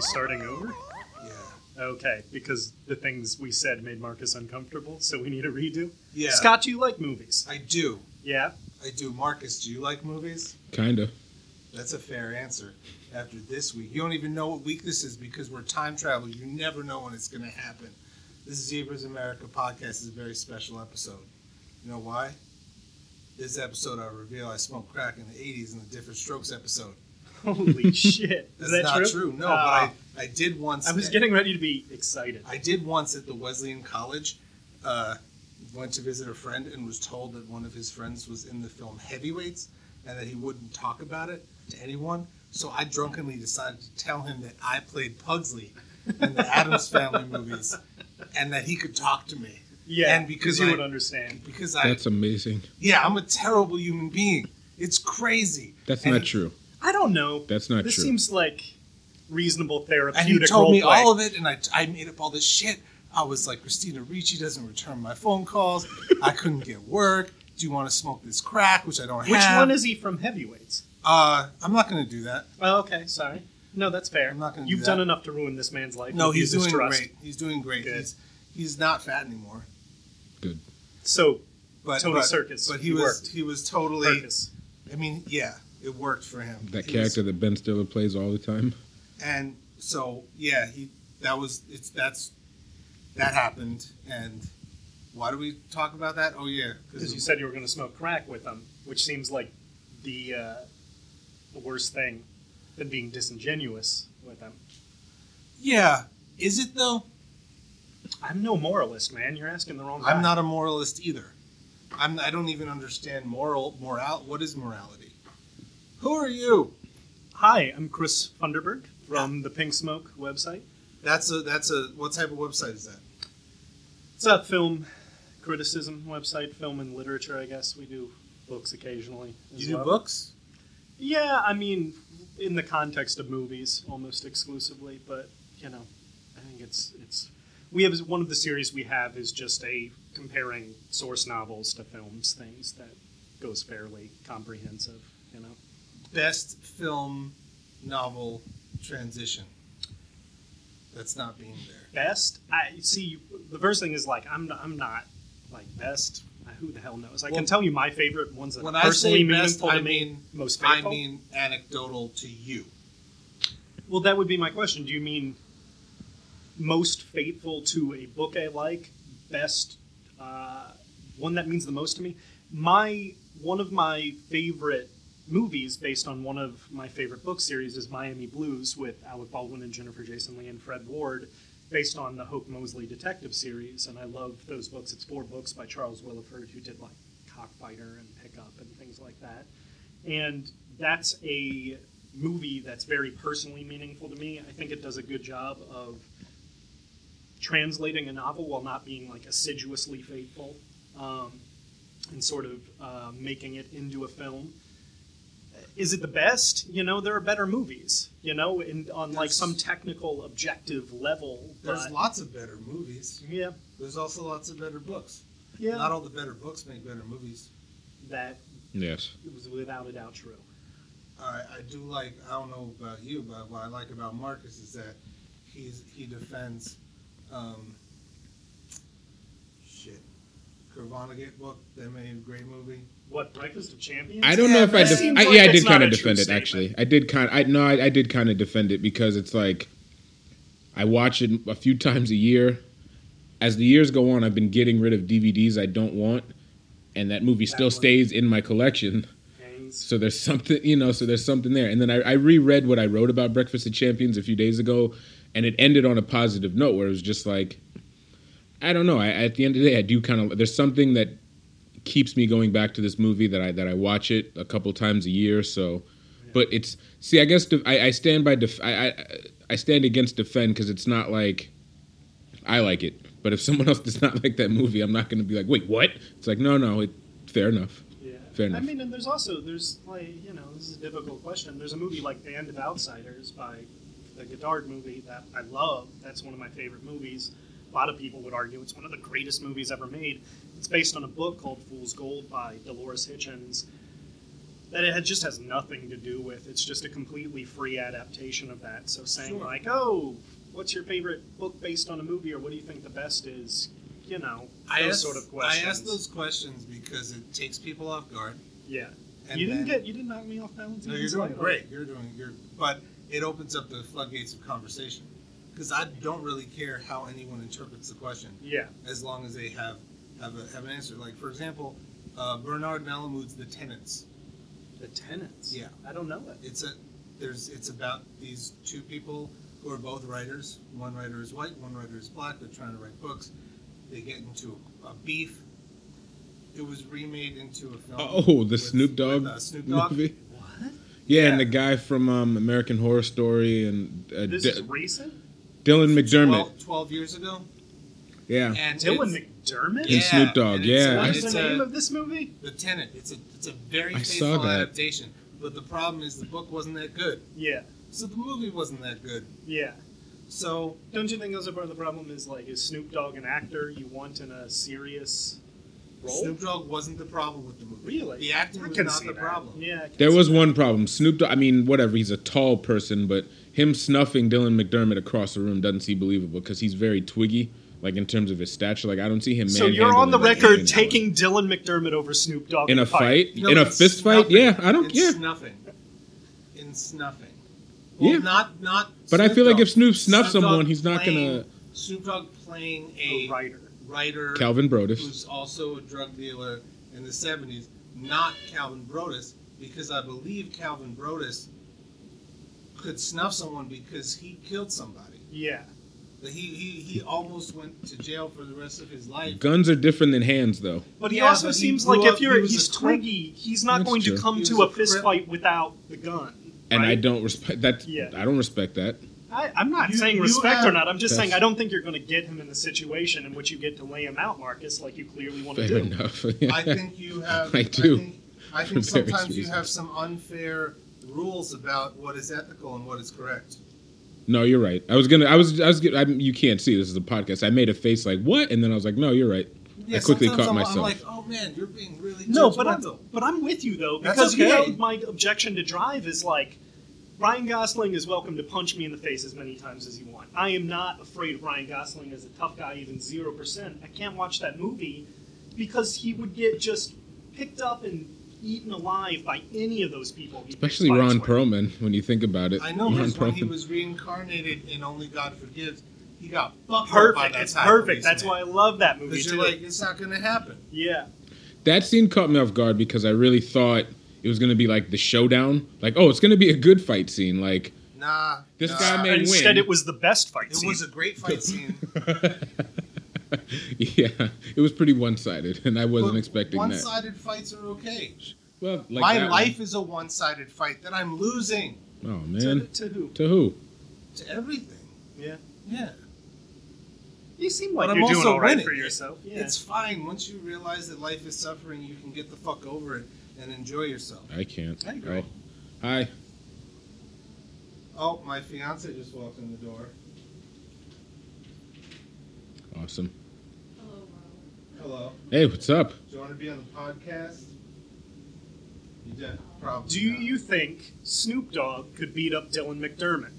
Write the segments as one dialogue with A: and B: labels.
A: starting over?
B: Yeah.
A: Okay, because the things we said made Marcus uncomfortable, so we need a redo.
B: Yeah.
A: Scott, you like movies.
B: I do.
A: Yeah?
B: I do. Marcus, do you like movies?
C: Kinda.
B: That's a fair answer. After this week, you don't even know what week this is because we're time travel. You never know when it's going to happen. This Zebras America podcast is a very special episode. You know why? This episode, I reveal I smoked crack in the 80s in the Different Strokes episode.
A: Holy shit. Is
B: That's
A: that
B: not
A: true?
B: true. No,
A: Ah,
B: but I, I did once.
A: I was
B: at-
A: getting ready to be excited.
B: I did once at the Wesleyan College. Uh, went to visit a friend and was told that one of his friends was in the film Heavyweights and that he wouldn't talk about it to anyone. So I drunkenly decided to tell him that I played Pugsley in the Adams Family movies and that he could talk to me
A: Yeah,
B: and because
A: you
B: I-
A: would understand.
B: because I
C: That's amazing.
B: yeah I'm a terrible human being. It's crazy.
C: That's
B: And-
C: not true.
A: I don't know.
C: That's not
A: this
C: true.
A: seems like reasonable
B: and he
A: therapeutic
B: told me
A: roleplay.
B: all of it, and I, I made up all this shit. I was like, Christina Ricci doesn't return my phone calls. I couldn't get work. Do you want to smoke this crack, which I don't
A: Which
B: have?
A: one is he from Heavyweights?
B: Uh, I'm not going to do that.
A: Oh, okay, sorry. No, that's fair.
B: I'm not gonna do
A: You've
B: that.
A: done enough to ruin this man's life.
B: No,
A: with
B: he's
A: his
B: doing
A: trust.
B: great. He's doing great.
A: Good.
B: He's he's not fat anymore.
C: Good.
A: So,
B: But
A: Tony
B: but,
A: Serkis,
B: But he
A: he
B: was
A: worked.
B: he was totally.
A: Marcus.
B: I mean, yeah, it worked for him.
C: That
B: He was-
C: character that Ben Stiller plays all the time.
B: and so yeah, he that was it's that's that happened. And why do we talk about that? Oh yeah,
A: Because you said you were going to smoke crack with them, which seems like the uh, the worst thing than being disingenuous with them.
B: yeah. Is it though?
A: I'm no moralist, man. You're asking the wrong guy.
B: I'm not a moralist either. I'm, I don't even understand moral moral. What is morality? Who are you?
A: Hi, I'm Chris Funderberg from the Pink Smoke website.
B: That's a that's a what type of website is that?
A: It's a film criticism website, film and literature, I guess. We do books occasionally. as
B: You do
A: well.
B: books?
A: Yeah, I mean, in the context of movies, almost exclusively. But you know, I think it's it's we have one of the series we have is just a comparing source novels to films things that goes fairly comprehensive. You know,
B: Best film novel transition. That's not being there.
A: best. I see. The first thing is like I'm I'm not like best. Who the hell knows? I
B: Well,
A: can tell you my favorite ones that
B: When
A: are
B: I
A: personally
B: say best,
A: meaningful
B: I
A: to me.
B: mean
A: most
B: I
A: faithful?
B: mean anecdotal to you.
A: Well, that would be my question. Do you mean most faithful to a book I like, best uh, one that means the most to me? My one of my favorite movies, based on one of my favorite book series, is Miami Blues with Alec Baldwin and Jennifer Jason Leigh and Fred Ward, based on the Hope Mosley detective series. And I love those books. It's four books by Charles Williford, who did like Cockfighter and Pickup and things like that and that's a movie that's very personally meaningful to me. I think it does a good job of translating a novel while not being like assiduously faithful, um, and sort of uh, making it into a film. Is it the best? You know, there are better movies. You know, in, on like
B: There's-
A: some technical objective level.
B: There's
A: but-
B: lots of better movies.
A: yeah,
B: There's also lots of better books.
A: yeah.
B: Not all the better books make better movies.
A: that
C: Yes.
A: was without a doubt true.
B: I, I do like. I don't know about you, but what I like about Marcus is that he's he defends. Um, shit, Kervonnegut book that made a great movie.
A: What Breakfast of Champions?
C: I don't know if I,
A: That
C: def-
A: seems
C: I
A: like
C: yeah I
A: it's
C: did
A: not
C: kind
A: a
C: of
A: true
C: defend it
A: statement.
C: actually. I did kind I no I, I did kind of defend it because it's like I watch it a few times a year. As the years go on, I've been getting rid of DVDs I don't want, and that movie still
A: one.
C: stays in my collection.
A: Hangs.
C: So there's something, you know, so there's something there. And then I, I reread what I wrote about Breakfast of Champions a few days ago, and it ended on a positive note where it was just like, I don't know. I, at the end of the day, I do kind of, there's something that keeps me going back to this movie that I, that I watch it a couple times a year. So, but it's, see, I guess def- I, I stand by, def- I, I, I stand against defend because it's not like I like it. But if someone else does not like that movie, I'm not going to be like, wait, what? It's like, no, no, it, fair enough.
A: Yeah.
C: Fair enough.
A: I mean, and there's also there's like you know this is a difficult question. There's a movie like Band of Outsiders by the Godard movie that I love. That's one of my favorite movies. A lot of people would argue it's one of the greatest movies ever made. It's based on a book called Fool's Gold by Dolores Hitchens. that it had, just has nothing to do with. It's just a completely free adaptation of that. So saying
B: Sure.
A: like, oh, what's your favorite book based on a movie, or what do you think the best is? You know,
B: I
A: those
B: asked,
A: sort of questions.
B: I asked those questions because it takes people off guard.
A: Yeah,
B: And
A: you didn't
B: then-
A: get you didn't knock me off balance.
B: No,
A: even
B: you're doing
A: slightly.
B: great. You're doing you're, but it opens up the floodgates of conversation because I don't really care how anyone interprets the question
A: Yeah,
B: as long as they have have, a, have an answer. Like for example, uh, Bernard Malamud's *The Tenants*.
A: the tenants.
B: Yeah.
A: I don't know it.
B: It's a there's it's about these two people who are both writers. One writer is white, one writer is black. They're trying to write books. They get into a, a beef. It was remade into a film.
C: Oh, the
B: Um, with-
C: Snoop Dogg
B: with, uh, Snoop Dogg.
C: movie.
A: What?
C: Yeah,
B: Yeah.
C: and the guy from um, American Horror Story and uh,
A: This
C: D-
A: is recent.
C: Dylan McDermott.
B: 12, 12 years ago.
C: Yeah,
B: And
A: Dylan
B: it's-
A: McDermott.
C: And
B: Yeah,
C: Snoop Dogg,
B: and
C: yeah. uh,
A: What
B: It's,
A: is
B: it's
A: the name
B: a,
A: of this movie?
B: the Tenant. It's a it's a very
C: I saw
B: faithful
C: that.
B: adaptation. But the problem is the book wasn't that good,
A: Yeah,
B: so the movie wasn't that good.
A: yeah.
B: So
A: Don't you think those are part of the problem? Is like, is Snoop Dogg an actor you want in a serious role?
B: Snoop Dogg wasn't the problem with the movie.
A: really?
B: The acting
A: I
B: was
A: can
B: not
A: see
B: the
A: that.
B: problem.
A: Yeah, I can
C: there
A: see
C: was
A: that.
C: one problem. Snoop Dogg. I mean, whatever. He's a tall person, but him snuffing Dylan McDermott across the room doesn't seem believable because he's very twiggy, like in terms of his stature. Like I don't see him.
A: So you're on the
C: manhandling that
A: record
C: man.
A: taking Dylan McDermott over Snoop Dogg
C: in a fight,
B: No,
C: in a
B: it's
C: fist fight.
B: snuffing.
C: Yeah, I don't
B: In
C: care.
B: Snuffing. In snuffing.
C: Yeah.
B: yeah. Not not.
C: But I
B: Snoop
C: feel like
B: Dogg.
C: if Snoop snuffs
B: Snoop Dogg
C: someone, he's not
B: playing-
C: gonna-
B: Snoop Dogg playing
A: A
B: a
A: writer.
B: writer.
C: Calvin Brodus.
B: who's also a drug dealer in the 70s, not Calvin Brodus, because I believe Calvin Brodus could snuff someone because he killed somebody.
A: Yeah.
B: He, he, he almost went to jail for the rest of his life.
C: Guns are different than hands, though.
A: But he
B: Yeah,
A: also
B: but he
A: seems
B: grew
A: like
B: up-
A: if you're
B: he was
A: he's
B: a crip.
A: twiggy, he's not
C: That's
A: going
C: true.
A: to come
B: He
A: to a
B: was a
A: fist
B: crip.
A: fight without the gun.
C: And I
A: right?
C: don't respect that.
A: Yeah.
C: I don't respect that.
A: I, I'm not
B: You-
A: saying
B: you
A: respect or
B: have-
A: not. I'm just
C: That's-
A: saying I don't think you're going to get him in the situation in which you get to lay him out, Marcus, like you clearly want to
C: Fair
A: do.
C: enough.
B: I think you have.
C: I do,
B: think, I
C: for
B: think
C: various
B: sometimes you
C: reasons.
B: have some unfair rules about what is ethical and what is correct.
C: no, you're right. I was gonna. I was. I was. get- I, you can't see. This is a podcast. I made a face like what, and then I was like, no, you're right. I quickly
B: sometimes
C: caught
B: I'm,
C: myself.
B: I'm like, oh man, you're being really
A: No, but I'm,
B: judgmental."
A: but I'm with you though
B: That's
A: because you
B: okay.
A: know my objection to Drive is like Ryan Gosling is welcome to punch me in the face as many times as you want. I am not afraid of Ryan Gosling as a tough guy, even zero percent. I can't watch that movie because he would get just picked up and eaten alive by any of those people. he
C: Especially
A: fights
C: Ron
A: with.
C: Perlman. When you think about it,
B: I know
C: Ron
B: because when he
C: Perlman.
B: was reincarnated in Only God Forgives, he got fucked up by
A: Perfect.
B: that
A: It's
B: time
A: perfect. That's why
B: policeman.
A: I love that movie
B: 'Cause
A: too.
B: you're like, it's not going to happen.
A: yeah.
C: that scene caught me off guard because I really thought it was gonna be like the showdown. Like, oh, it's gonna be a good fight scene. Like,
B: Nah.
C: This
B: nah.
C: guy may- They
A: Instead,
C: win.
A: it was the best fight
B: It
A: scene.
B: was a great fight scene.
C: yeah, it was pretty one-sided, and I wasn't
B: but
C: expecting that.
B: One-sided fights are okay.
C: Well, like
B: My
C: that
B: life is a one-sided fight that I'm losing
C: One. Oh
A: to,
C: man,
A: to who?
C: to who?
B: to everything.
A: Yeah.
B: Yeah.
A: You seem like
B: But I'm
A: you're doing
B: also
A: all right
B: winning.
A: for yourself. Yeah.
B: It's fine. Once you realize that life is suffering, you can get the fuck over it and enjoy yourself.
C: I can't.
B: I agree.
C: Oh. Hi.
B: Oh, my fiance just walked in the door.
C: Awesome.
B: Hello.
C: Hey, what's up?
B: Do you want to be on the podcast? You did. Probably.
A: Do
B: not.
A: you think Snoop Dogg could beat up Dylan McDermott?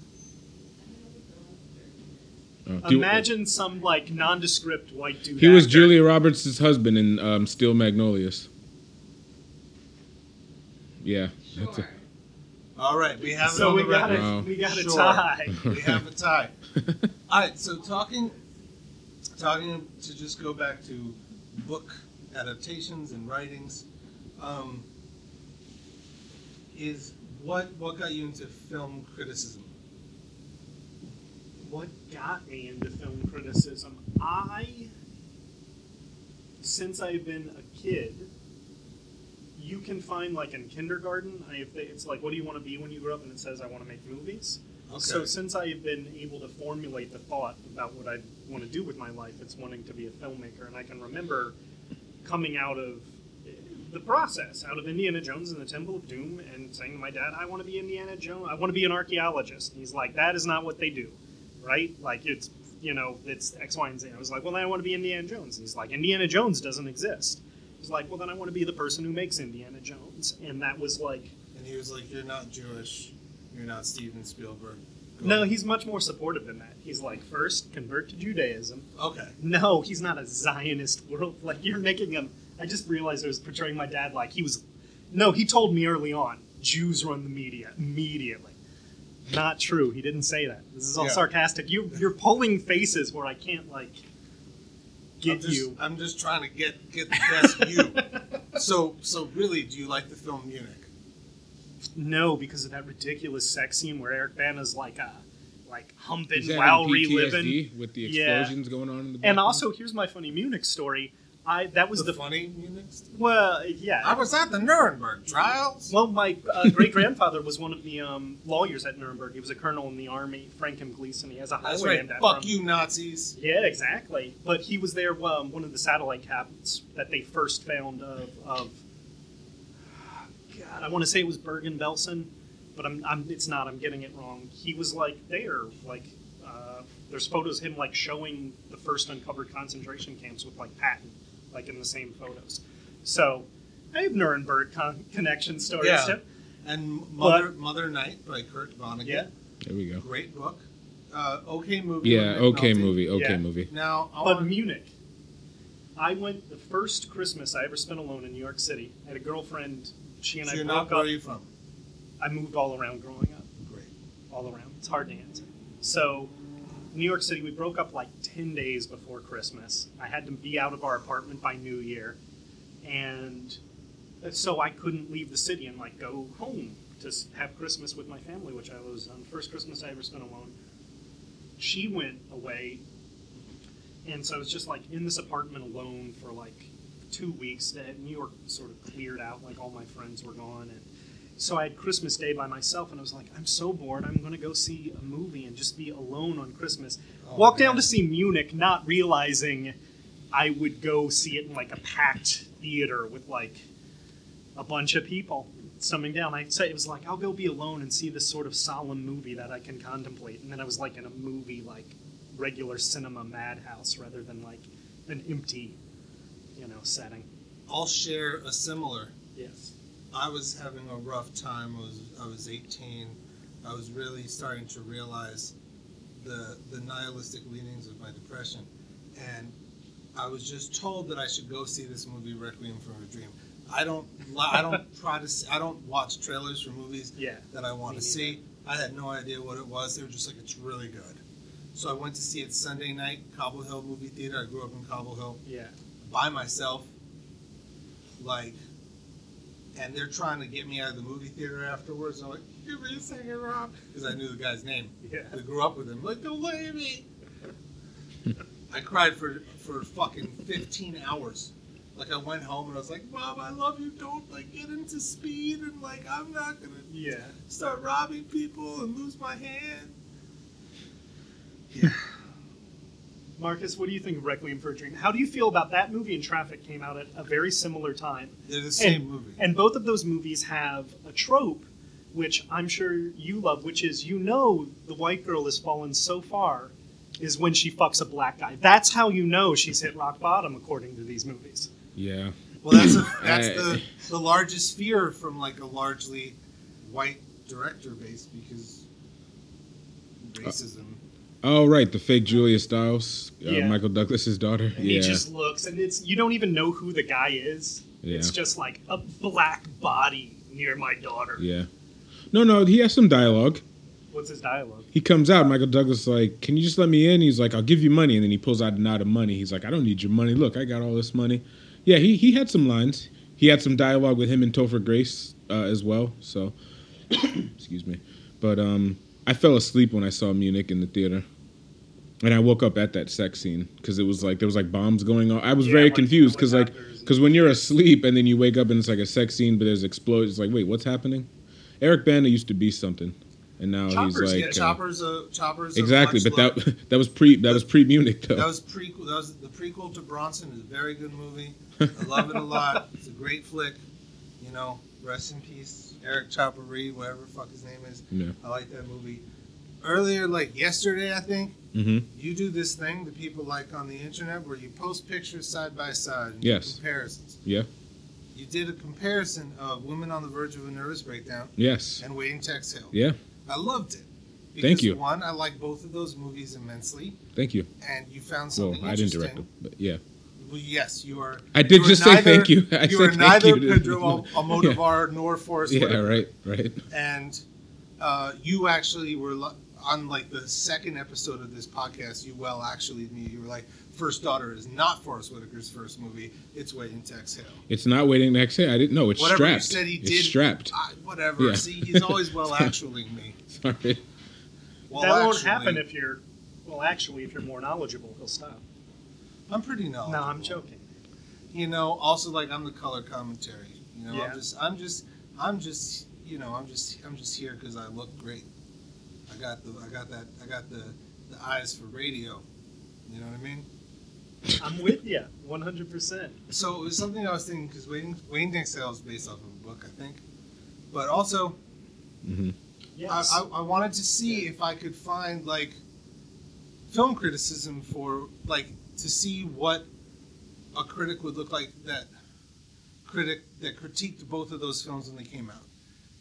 C: Oh, do-
A: Imagine some like nondescript white dude.
C: He was
A: actor.
C: Julia Roberts' husband in um, Steel Magnolias. Yeah. that's
D: Sure.
B: All right, we have it
A: So
B: on
A: we
B: the
A: got
B: record.
A: it.
C: Wow.
A: We got a
B: Sure.
A: tie.
B: We
C: it.
B: have a tie. All right, so talking, talking to just go back to book adaptations and writings, um, is what what got you into film criticism?
A: what got me into film criticism? I, since I've been a kid, you can find like in kindergarten, I have it's like, what do you want to be when you grow up? And it says, I want to make movies. So since I have been able to formulate the thought about what I want to do with my life, it's wanting to be a filmmaker, and I can remember coming out of eh, the process, out of Indiana Jones and the Temple of Doom, and saying to my dad, "I want to be Indiana Jones. I want to be an archaeologist." And he's like, "That is not what they do, right? Like it's you know it's X, Y, and Z." I was like, "Well, then I want to be Indiana Jones." And he's like, "Indiana Jones doesn't exist." was like, well, then I want to be the person who makes Indiana Jones, and that was like,
B: And he was like, "You're not Jewish. You're not Steven Spielberg." Go-
A: no, he's much more supportive than that. He's like, first convert to Judaism.
B: okay.
A: No, he's not a Zionist world. Like you're making him. I just realized I was portraying my dad like he was. No, he told me early on, Jews run the media immediately. Not true. He didn't say that. This is all
B: Yeah.
A: sarcastic. You you're pulling faces where I can't like
B: I'm
A: get
B: just,
A: you.
B: I'm just trying to get get the best you. So so really, do you like the film Munich?
A: No, because of that ridiculous sex scene where Eric Bana's like uh like
C: He's
A: humping
C: having
A: while
C: PTSD
A: reliving.
C: with the
A: Yeah.
C: explosions going on in the
A: And
C: background.
A: also, here's my funny Munich story. I that was
B: The,
A: the,
B: funny Munich? story?
A: well yeah.
B: I was at the Nuremberg trials.
A: Well, my uh, great grandfather was one of the um, lawyers at Nuremberg. He was a colonel in the army, Frank M. Gleason. He has a
B: That's
A: highway
B: right.
A: named after
B: Fuck
A: him.
B: you, Nazis.
A: Yeah, exactly. But he was there, um, one of the satellite cabins that they first found of. of God, I want to say it was Bergen Belsen, but I'm, I'm, it's not. I'm getting it wrong. He was like there, like uh, there's photos of him like showing the first uncovered concentration camps with like Patton, like in the same photos. So I have Nuremberg con- connection stories.
B: Yeah.
A: too.
B: And Mother Mother Night by Kurt Vonnegut.
A: Yeah.
C: there we go.
B: Great book. Uh, okay movie.
C: Yeah,
B: with Nick
C: okay,
B: Nolte.
C: movie, okay,
A: Yeah.
C: movie.
B: Now, I
A: But
B: wanna-
A: Munich. I went the first Christmas I ever spent alone in New York City. I had a girlfriend. She and
B: so
A: I
B: you're
A: broke
B: not
A: up.
B: where are you from?
A: I moved all around growing up.
B: Great.
A: All around. It's hard to answer. So, New York City, we broke up like 10 days before Christmas. I had to be out of our apartment by New Year. And so I couldn't leave the city and like go home to s- have Christmas with my family, which I was on first Christmas I ever spent alone. She went away, and so I was just like in this apartment alone for like two weeks. That New York sort of cleared out, like all my friends were gone, and so I had Christmas Day by myself, and I was like, I'm so bored. I'm gonna go see a movie and just be alone on Christmas.
B: Oh,
A: Walk
B: man.
A: down to see Munich, not realizing I would go see it in like a packed theater with like a bunch of people summing down. I said it was like I'll go be alone and see this sort of solemn movie that I can contemplate, and then I was like in a movie like regular cinema madhouse rather than like an empty, you know, setting.
B: I'll share a similar
A: Yes.
B: I was having a rough time. I was I was 18. I was really starting to realize the the nihilistic leanings of my depression, and I was just told that I should go see this movie Requiem for a Dream. I don't li- I don't try to see, I don't watch trailers for movies
A: Yeah.
B: that I want
A: Me
B: to see. I had no idea what it was. They were just like it's really good. So I went to see it Sunday night, Cobble Hill Movie Theater. I grew up in Cobble Hill
A: Yeah.
B: by myself, like, and they're trying to get me out of the movie theater afterwards. I'm like, give me a second, Rob, because I knew the guy's name.
A: Yeah.
B: I grew up with him. Like, don't look at me. I cried for for fucking 15 hours. Like, I went home and I was like, Mom, I love you. Don't like get into speed and like, I'm not gonna
A: Yeah.
B: start robbing people and lose my hand. Yeah.
A: Marcus, what do you think of Requiem for a Dream? How do you feel about that movie and Traffic came out at a very similar time?
B: They're the same
A: and,
B: movie.
A: And both of those movies have a trope, which I'm sure you love, which is you know the white girl has fallen so far is when she fucks a black guy. That's how you know she's hit rock bottom, according to these movies.
C: Yeah.
B: Well, that's a, that's
C: I-
B: the the largest fear from like a largely white director base because racism.
C: Oh right, the fake Julia Stiles, uh,
A: Yeah.
C: Michael Douglas's daughter.
A: And
C: yeah,
A: he just looks, and it's you don't even know who the guy is.
C: Yeah.
A: It's just like a black body near my daughter.
C: yeah. No, no, he has some dialogue.
A: What's his dialogue?
C: He comes out. Michael Douglas is like, "Can you just let me in?" He's like, "I'll give you money." And then he pulls out a knot of money. He's like, "I don't need your money. Look, I got all this money." Yeah, he he had some lines. He had some dialogue with him and Topher Grace uh, as well. So, excuse me, but um, I fell asleep when I saw Munich in the theater, and I woke up at that sex scene because it was like there was like bombs going on. I was
A: Yeah,
C: very
A: like,
C: confused because like
A: helicopters and-
C: because when you're asleep and then you wake up and it's like a sex scene, but there's explosions. It's like, wait, what's happening? Eric Bana used to be something, and now
B: Choppers,
C: he's like
B: yeah,
C: uh,
B: choppers, a, choppers. a
C: Exactly,
B: much
C: but
B: lower-
C: that that was pre that was pre Munich though.
B: that was prequel. That was the prequel to Bronson. is a very good movie. I love it a lot. It's a great flick. You know, rest in peace, Eric Chopper Reed, whatever the fuck his name is.
C: yeah.
B: I like that movie. earlier, like yesterday, I think
C: hmm
B: you do this thing that people like on the internet where you post pictures side by side and
C: Yes.
B: do comparisons.
C: Yeah.
B: You did a comparison of women on the verge of a nervous breakdown
C: Yes.
B: and waiting to exhale.
C: Yeah.
B: I loved it. Because
C: Thank you.
B: One, I like both of those movies immensely,
C: Thank you.
B: and you found
C: Well,
B: something
C: I didn't
B: interesting.
C: direct them, but yeah.
B: Well, yes, you are.
C: I did
B: you are
C: just say
B: neither-
C: thank you. I
B: you
C: said
B: are
C: thank
B: neither
C: you to-
B: Pedro Al- Almodovar nor Forrest
C: Yeah.
B: Whitaker.
C: Right. Right.
B: and uh, you actually were lo- on like the second episode of this podcast. You well actually me. You were like, First Daughter is not Forrest Whitaker's first movie. It's Waiting to Exhale.
C: It's not waiting to exhale. I didn't know. It's
B: Whatever you
C: strapped.
B: said he
C: it's
B: did-
C: strapped.
B: I, whatever.
C: Yeah.
B: See, he's always well actualing me.
C: Sorry.
B: Well,
A: that won't
B: actually-
A: happen if you're. Well, actually, if you're more knowledgeable, he'll stop.
B: I'm pretty knowledgeable.
A: No, I'm joking.
B: You know, also like I'm the color commentary. You know,
A: Yeah.
B: I'm just, I'm just, I'm just, you know, I'm just, I'm just here because I look great. I got the, I got that, I got the, the eyes for radio. You know what I mean?
A: I'm with you, 100. percent
B: So it was something I was thinking because Wayne Wayne Dick Sale is based off of a book, I think. But also,
C: hmm
A: Yes.
B: I, I, I wanted to see if I could find like film criticism for like to see what a critic would look like that critic that critiqued both of those films when they came out.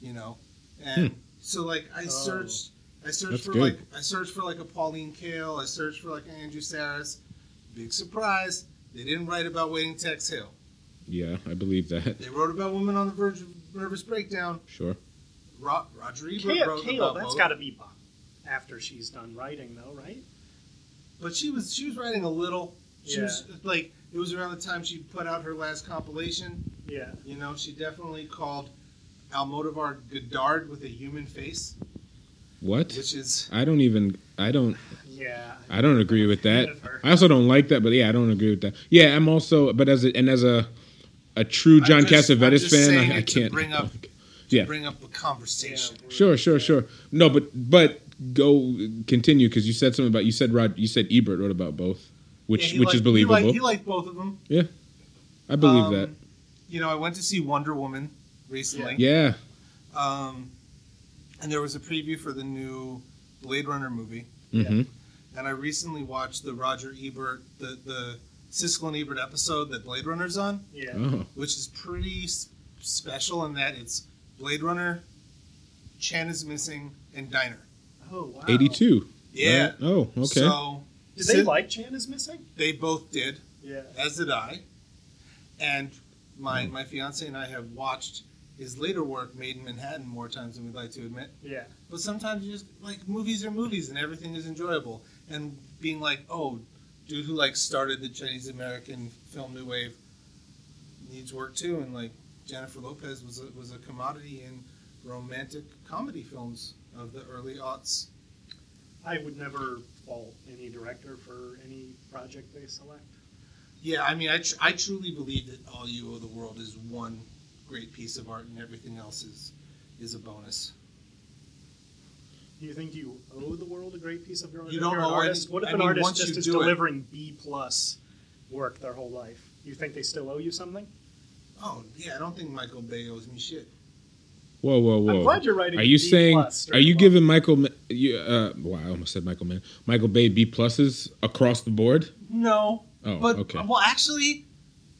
B: You know, and so like I
A: Oh.
B: searched, I searched
C: Hmm. That's
B: for
C: good.
B: like I searched for like a Pauline Kael, I searched for like an Andrew Saris. Big surprise, they didn't write about Waiting to Exhale.
C: Yeah, I believe that.
B: They wrote about women on the verge of nervous breakdown.
C: Sure.
B: Ro- Roger Ebert
A: Kale,
B: wrote
A: Kale,
B: about
A: that's
B: both.
A: got to be Bob. After she's done writing, though, right?
B: But she was she was writing a little. She
A: Yeah.
B: was like it was around the time she put out her last compilation.
A: Yeah.
B: You know, she definitely called Almodovar Godard with a human face,
C: What?
B: which is
C: I don't even. I don't.
A: Yeah.
C: I don't agree with that.
A: Of her.
C: I also don't like that, but yeah, I don't agree with that. Yeah, I'm also, but as a, and as a a true
B: I'm
C: John
B: just- I'm
C: Cassavetes
B: just saying
C: fan, I, I
B: it to
C: can't
B: bring up-
C: Yeah.
B: bring up the conversation.
A: Yeah.
C: Sure, sure, sure. No, but but go continue because you said something about you said Rod, you said Ebert wrote about both,
B: Yeah,
C: which
B: he
C: which
B: liked-
C: is believable.
B: He liked, he liked both of them.
C: I believe
B: Um,
C: that.
B: You know, I went to see Wonder Woman recently.
C: Yeah,
B: Um, and there was a preview for the new Blade Runner movie.
C: hmm
B: and I recently watched the Roger Ebert, the the Siskel and Ebert episode that Blade Runner's on,
A: Yeah.
C: oh,
B: which is pretty s- special in that it's Blade Runner, Chan is missing, and Diner.
A: Oh wow.
C: 82.
B: Yeah.
C: right? Oh, okay.
B: So
A: Did they
B: Sid-
A: like Chan is missing?
B: they both did,
A: Yeah.
B: as did I, and my my fiance and I have watched his later work, Made in Manhattan, more times than we'd like to admit.
A: Yeah.
B: But sometimes you just like movies are movies and everything is enjoyable. And being like, oh, dude who like started the Chinese American film new wave needs work too. And like Jennifer Lopez was a, was a commodity in romantic comedy films of the early aughts.
A: I would never fault any director for any project they select.
B: Yeah, I mean, I, tr- I truly believe that all you owe the world is one great piece of art, and everything else is is a bonus.
A: Do you think you owe the world a great piece of your art?
B: You
A: if
B: don't
A: you're an
B: owe any-
A: artist, what if
B: I
A: an
B: mean,
A: artist
B: once
A: just
B: you
A: is
B: do it-
A: delivering B plus work their whole life? You think they still owe you something?
B: Oh yeah, I don't think Michael Bay owes me shit.
C: Whoa, whoa, whoa.
A: I'm glad you're writing.
C: Are you
A: B
C: saying?
A: plus
C: Are you
A: straight
C: giving Michael? Ma- You, uh, wow, I almost said Michael Man. Michael Bay B pluses across the board.
B: No,
C: Oh,
B: but
C: okay.
B: well, actually,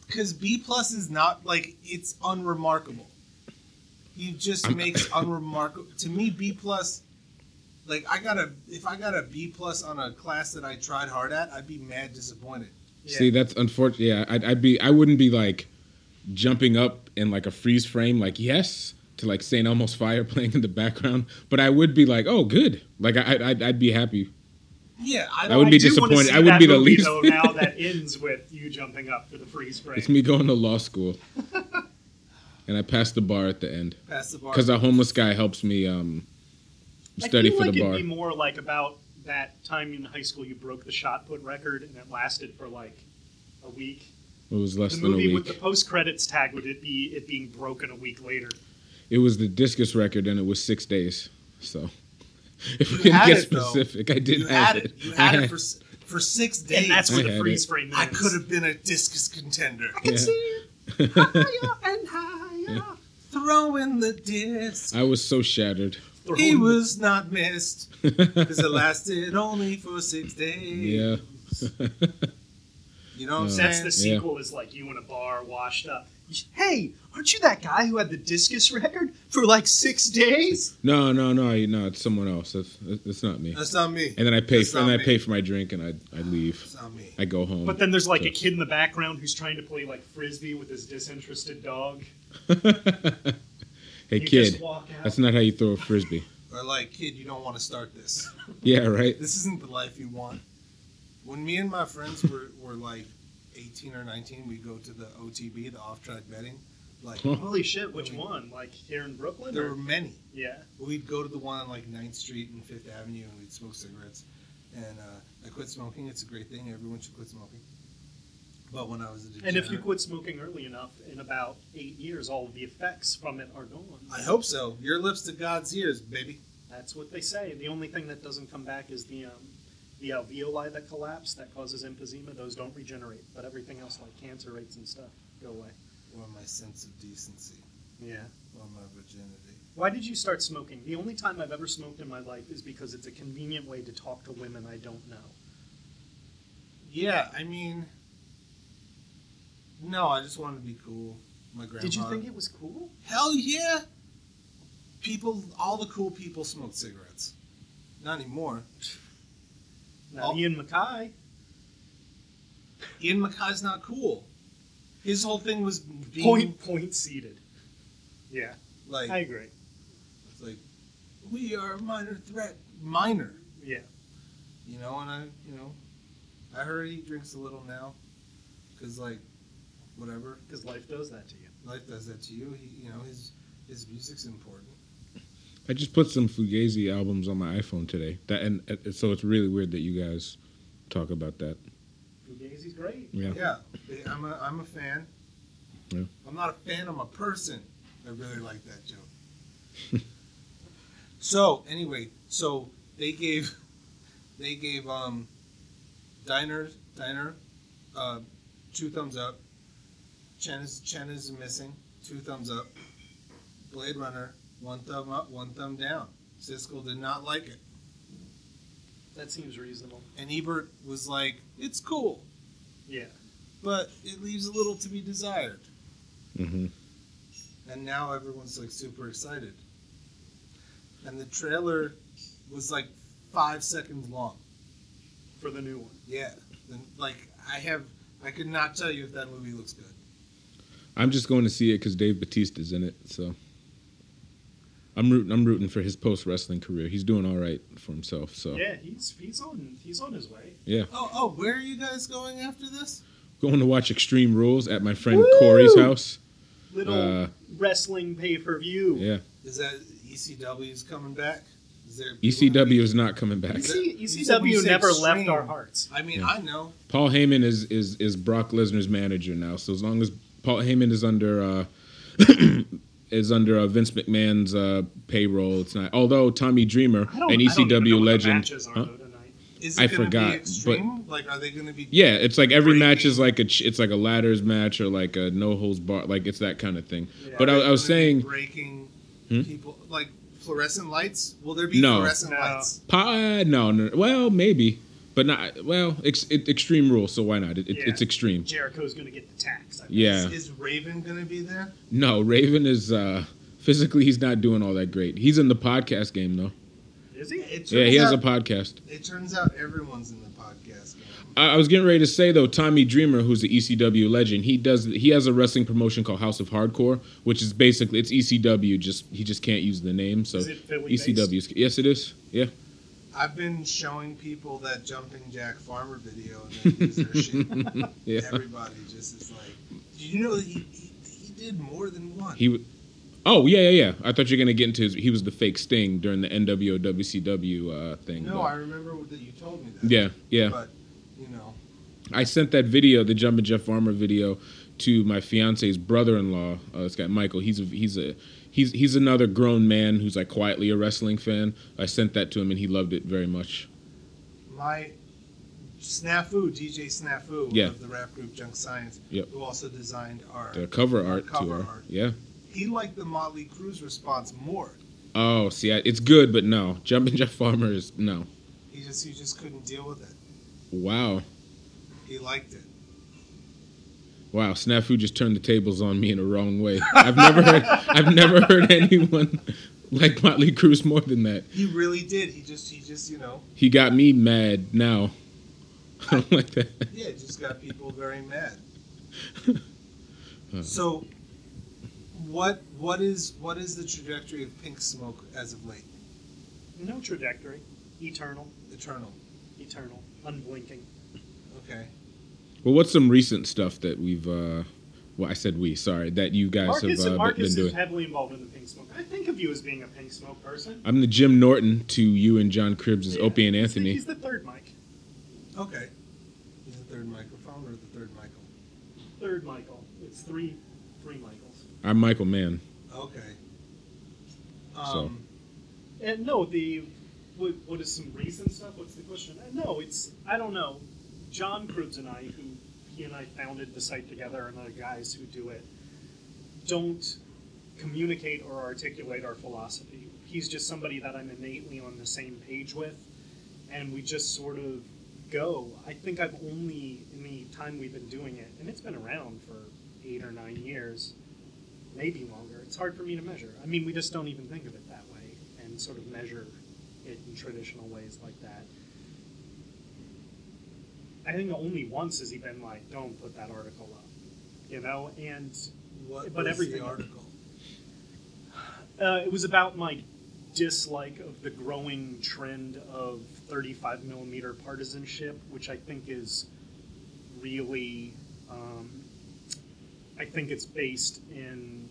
B: because B plus is not like it's unremarkable. He just
C: I'm-
B: makes unremarkable. To me, B plus, like I got a if I got a B plus on a class that I tried hard at, I'd be mad disappointed.
A: Yeah.
C: See, that's unfortunate. Yeah, I'd, I'd be. I wouldn't be like jumping up in like a freeze frame, like yes, to like St. Elmo's fire playing in the background. But I would be like, oh, good. Like I, I'd, I'd be happy.
B: Yeah, I
C: I would
B: don't.
C: be
A: do wanna
C: disappointed.
A: see
C: I would
A: that
C: be the
A: movie,
C: least-
A: Though, now that ends with you jumping up for the freeze frame.
C: It's me going to law school, and I pass the bar at the end
B: pass the bar.
C: because a homeless guy helps me um, study
A: I feel
C: for
A: like
C: the bar.
A: It'd be more like about that time in high school you broke the shot put record and it lasted for like a week.
C: It was less
A: the
C: than a
A: movie with the
C: week.
A: post credits tag would it be it being broken a week later?
C: It was the discus record, and it was six days. So, if
B: You
C: we can
B: had
C: get
B: it, though.
C: specific, I did
B: you
C: have
B: had it.
C: it.
B: You
C: I
B: had it for s- for six days.
A: And that's
C: I
A: where
C: had
A: the
C: it.
A: freeze frame is.
B: I could have been a discus contender.
C: Yeah.
B: higher and higher, throwing the disc.
C: I was so shattered.
A: They're
B: He
A: holding-
B: was not missed because it lasted only for six days.
C: yeah.
B: You know what I'm
C: No.
A: That's
B: saying?
A: the sequel. Is like you in a bar, washed up. Hey, aren't you that guy who had the discus record for like six days?
C: No, no, no, I- no. It's someone else. That's it's not me.
B: That's not me.
C: And then I pay
B: That's
C: for, and
B: not
C: I
B: me.
C: pay for my drink and I I leave.
B: That's not me.
C: I go home.
A: But then there's like a kid in the background who's trying to play like frisbee with his disinterested dog.
C: hey
A: you
C: kid,
A: just walk out.
C: that's not how you throw a frisbee.
B: Or like, kid, you don't want to start this.
C: Yeah, right.
B: This isn't the life you want. When me and my friends were, were like 18 or 19, we go to the OTB, the off track betting. Like,
C: Huh.
A: Holy shit! Which one? Like here in Brooklyn?
B: there
A: Or?
B: were many.
A: Yeah.
B: We'd go to the one on like 9th Street and Fifth Avenue, and we'd smoke cigarettes. And uh, I quit smoking. It's a great thing. Everyone should quit smoking. But when I was a
A: And if you
B: degenerate-
A: quit smoking early enough, in about eight years, all of the effects from it are gone.
B: I hope so. Your lips to God's ears, baby.
A: That's what they say. The only thing that doesn't come back is the um, the alveoli that collapse that causes emphysema. Those don't regenerate, but everything else like cancer rates and stuff go away.
B: Or my sense of decency,
A: Yeah.
B: or my virginity.
A: Why did you start smoking? The only time I've ever smoked in my life is because it's a convenient way to talk to women I don't know.
B: Yeah, I mean, no, I just wanted to be cool. My grandma.
A: Did you think it was cool?
B: Hell yeah! People, all the cool people smoke cigarettes. Not anymore.
A: Now,
B: Oh.
A: Ian Mackay.
B: Ian Mackay's not cool. His whole thing was being
A: Point point seated. Yeah,
B: like,
A: I agree.
B: it's like, we are a minor threat. Minor,
A: Yeah.
B: you know. And I, you know, I heard he drinks a little now, because like, whatever.
A: Because life does that to you.
B: Life does that to you. He, you know, his his music's important.
C: I just put some Fugazi albums on my iPhone today. That and, and so it's really weird that you guys talk about that.
A: Fugazi's great.
C: Yeah.
B: Yeah, I'm a, I'm a fan.
C: Yeah.
B: I'm not a fan. I'm a person. I really like that joke. so anyway, so they gave they gave um diner diner uh, two thumbs up. Chen is Chen is missing two thumbs up. Blade Runner one thumb up one thumb down. Siskel did not like it,
A: That seems reasonable.
B: and Ebert was like, "It's cool,
A: Yeah.
B: but it leaves a little to be desired."
C: hmm
B: and now everyone's like super excited. And the trailer was like five seconds long.
A: For the new one.
B: Yeah, and like I have, I could not tell you if that movie looks good.
C: I'm just going to see it because Dave Batista's in it. So I'm rooting. I'm rooting for his post wrestling career. He's doing all right for himself. So
A: Yeah, he's he's on he's on his way.
B: Oh, oh, where are you guys going after this?
C: going to watch Extreme Rules at my friend Corey's house.
A: Little
C: Uh,
A: wrestling pay per view.
C: Yeah.
B: Is that E ECW's coming back? Is there
C: ECW E is not coming back.
A: EC,
B: You said we
A: ECW
B: said
A: never left
B: stream.
A: our hearts.
B: I mean,
C: Yeah.
B: I know.
C: Paul Heyman is is is Brock Lesnar's manager now. So as long as Paul Heyman is under uh, is under uh, Vince McMahon's uh, payroll, it's not. Although Tommy Dreamer,
A: I don't, I
C: an
A: don't even know
C: ECW
A: what the
C: legend,
A: matches are,
C: Huh?
A: though, tonight.
B: Is
C: I
B: it going to
C: forgot,
B: be
C: but-
B: extreme? like, are they going to be?
C: yeah, it's like every
B: Breaking.
C: match is like a ch- it's like a ladders match or like a no holds bar, like it's that kind of thing.
A: Yeah.
C: but I,
B: are they
C: I
B: gonna
C: was
B: be
C: saying
B: breaking
C: Hmm?
B: people like fluorescent lights. Will there be
C: No.
B: fluorescent
A: No.
B: lights?
C: Pa- uh, no, no, well, maybe, but not. Well, ex- it, extreme rules, so why not? It, it,
A: Yeah.
C: It's extreme.
A: Jericho's going to get the tax. I think.
C: Yeah.
B: Is Raven going to be there?
C: No, Raven is uh, physically he's not doing all that great. He's in the podcast game though.
A: Is he?
B: It
C: Yeah, he
B: turns
C: has a
B: out-
C: podcast.
B: It turns out everyone's in the podcast game.
C: I, I was getting ready to say though, Tommy Dreamer, who's the ECW legend, he does he has a wrestling promotion called House of Hardcore, which is basically it's ECW. Just he just can't use the name, so
A: Is it Philly
C: ECW. 's- Yes, it is. Yeah,
B: I've been showing people that jumping Jack Farmer video and they lose their shit.
C: yeah.
B: Everybody just is like, "Did you know that he, he he did more than one?"
C: He. w- Oh yeah, yeah, yeah. I thought you were gonna get into his, he was the fake Sting during the NWO WCW uh, thing.
B: no,
C: but-
B: I remember that you told me that.
C: yeah, yeah.
B: But you know,
C: I sent that video, the Jumpin' Jeff Farmer video, to my fiance's brother-in-law. Uh, this guy Michael. He's a he's a he's he's another grown man who's like quietly a wrestling fan. I sent that to him and he loved it very much.
B: my Snafu, DJ Snafu
C: Yeah.
B: of the rap group Junk Science,
C: Yep.
B: who also designed our
C: The cover
B: Our
C: art
B: cover
C: to her,
B: art.
C: yeah,
B: he liked the Motley Crue's response more.
C: Oh, see, I, it's good, but no. Jumpin' Jeff Farmer is no.
B: He just he just couldn't deal with it.
C: Wow.
B: He liked it.
C: Wow, Snafu just turned the tables on me in a wrong way. I've never heard I've never heard anyone like Motley Cruz more than that.
B: He really did. He just he just you know
C: He got me mad now. I don't like that.
B: yeah just got people very mad. So what what is what is the trajectory of Pink Smoke as of late?
A: No trajectory. Eternal.
B: Eternal.
A: Eternal. Unblinking.
B: Okay.
C: Well, what's some recent stuff that we've uh well, I said we, sorry, that you guys
A: Marcus,
C: have uh, been-
A: Marcus
C: been
A: is
C: doing.
A: heavily involved in the pink smoke. I think of you as being a pink smoke person.
C: I'm the Jim Norton to you and John Cribbs as
A: Yeah.
C: Opie and
A: He's the-
C: Anthony.
A: He's the third Mike.
B: Okay. Is the third microphone or the third Michael?
A: Third Michael. It's three, three Michaels.
C: I'm Michael Mann.
B: Okay.
C: So.
B: Um,
A: And no, the what, what is some recent stuff? What's the question? Uh, No, it's I don't know. John Cruz and I, who he and I founded the site together, and the guys who do it, don't communicate or articulate our philosophy. He's just somebody that I'm innately on the same page with, and we just sort of go. I think I've only in the time we've been doing it, and it's been around for eight or nine years maybe longer. It's hard for me to measure. I mean, we just don't even think of it that way and sort of measure it in traditional ways like that. I think only once has he been like, "Don't put that article up," you know. And
B: what
A: But
B: was
A: everything-
B: the article?
A: uh, it was about my dislike of the growing trend of 35 millimeter partisanship, which I think is really, um, I think it's based in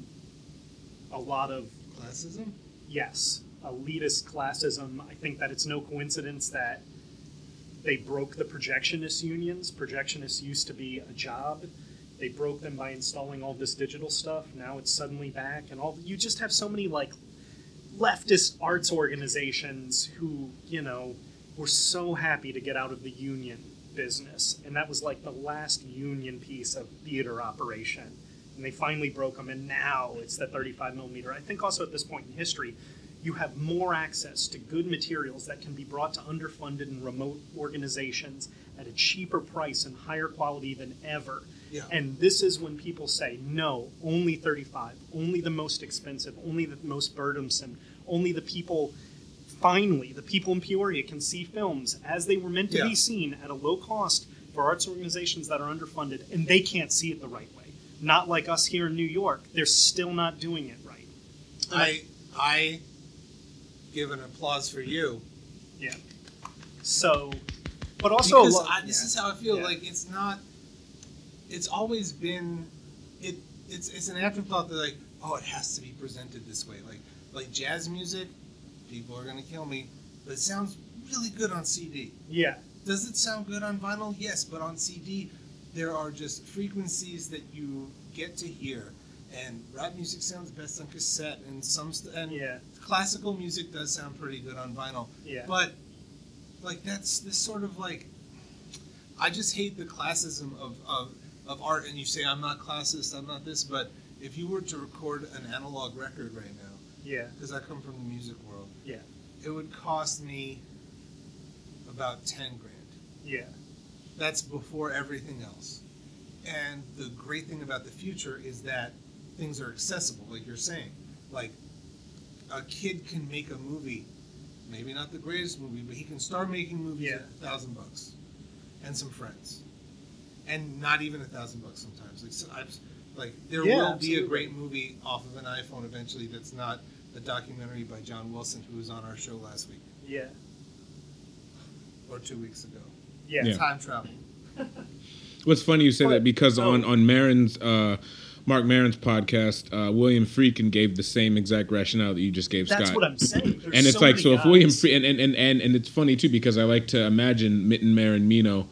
A: a lot of
B: Classism?
A: yes, elitist classism. I think that it's no coincidence that they broke the projectionist unions. Projectionists used to be a job. They broke them by installing all this digital stuff. Now it's suddenly back, and all you just have so many like leftist arts organizations who you know were so happy to get out of the union business, and that was like the last union piece of theater operation and they finally broke them, and now it's the 35 millimeter. I think also at this point in history, you have more access to good materials that can be brought to underfunded and remote organizations at a cheaper price and higher quality than ever.
B: Yeah.
A: And this is when people say, no, only 35, only the most expensive, only the most burdensome, only the people. Finally, the people in Peoria can see films as they were meant to
B: Yeah.
A: be seen at a low cost for arts organizations that are underfunded, and they can't see it the right way. Not like us here in New York, they're still not doing it right.
B: I I give an applause for you.
A: Yeah. So, but also, a
B: because
A: lot-
B: I, this is how I feel.
A: Yeah.
B: Like it's not. It's always been. It it's it's an afterthought that like oh it has to be presented this way like like jazz music, people are gonna kill me, but it sounds really good on CD.
A: yeah,
B: Does it sound good on vinyl? Yes, but on CD, there are just frequencies that you get to hear, and rap music sounds best on cassette, and some st- and
A: yeah,
B: classical music does sound pretty good on vinyl.
A: yeah.
B: But like that's this sort of like I just hate the classism of, of of art and you say I'm not classist, I'm not this, but if you were to record an analog record right now,
A: yeah,
B: because I come from the music world,
A: Yeah.
B: it would cost me about ten grand.
A: yeah,
B: That's before everything else. And the great thing about the future is that things are accessible, like you're saying. Like a kid can make a movie, maybe not the greatest movie, but he can start making movies
A: Yeah.
B: at a thousand bucks and some friends. And not even a thousand bucks sometimes. Like so I've, like there
A: Yeah,
B: will be
A: absolutely.
B: a great movie off of an iPhone eventually that's not a documentary by John Wilson who was on our show last week
A: yeah,
B: or two weeks ago.
A: yeah,
C: Yeah.
B: Time travel.
C: What's funny you say
A: But-
C: that because
A: oh.
C: on on Marin's uh, Mark Marin's podcast, uh, William Freakin gave the same exact rationale that you just gave
A: That's
C: Scott.
A: what I'm saying. There's
C: and it's
A: so
C: like
A: many
C: so if
A: guys.
C: William Fre- and, and and and and it's funny too because I like to imagine Mitten Marin Mino,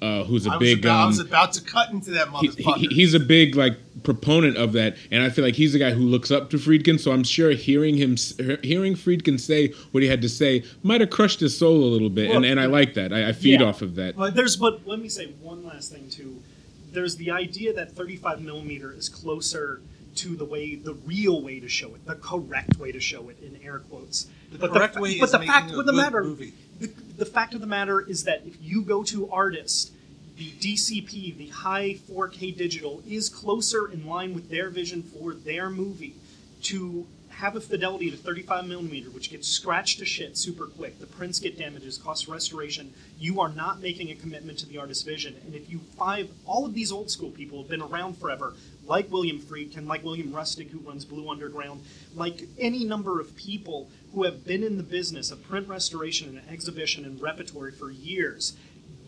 C: uh, who's a
B: I was,
C: big
B: about, I was
C: um,
B: about to cut into that
C: he-
B: motherfucker.
C: he- he's a big like proponent of that, and I feel like he's the guy who looks up to Friedkin. So I'm sure hearing him, s- hearing Friedkin say what he had to say, might have crushed his soul a little bit, and,
A: Well,
C: and I like that. I, I feed
A: yeah.
C: off of that.
A: But there's but let me say one last thing too. There's the idea that 35 millimeter is closer to the way, the real way to show it, the correct way to show it, in air quotes.
B: The
A: but
B: correct
A: the,
B: way
A: but
B: is
A: the
B: making
A: fact
B: a
A: of the
B: good
A: matter,
B: movie.
A: The, the fact of the matter is that if you go to artist, the DCP, the high 4K digital, is closer in line with their vision for their movie to have a fidelity to 35 millimeter, which gets scratched to shit super quick. The prints get damages, cost restoration. You are not making a commitment to the artist's vision. And if you five, all of these old school people have been around forever, like William Friedkin, like William Rustic, who runs Blue Underground, like any number of people who have been in the business of print restoration and exhibition and repertory for years,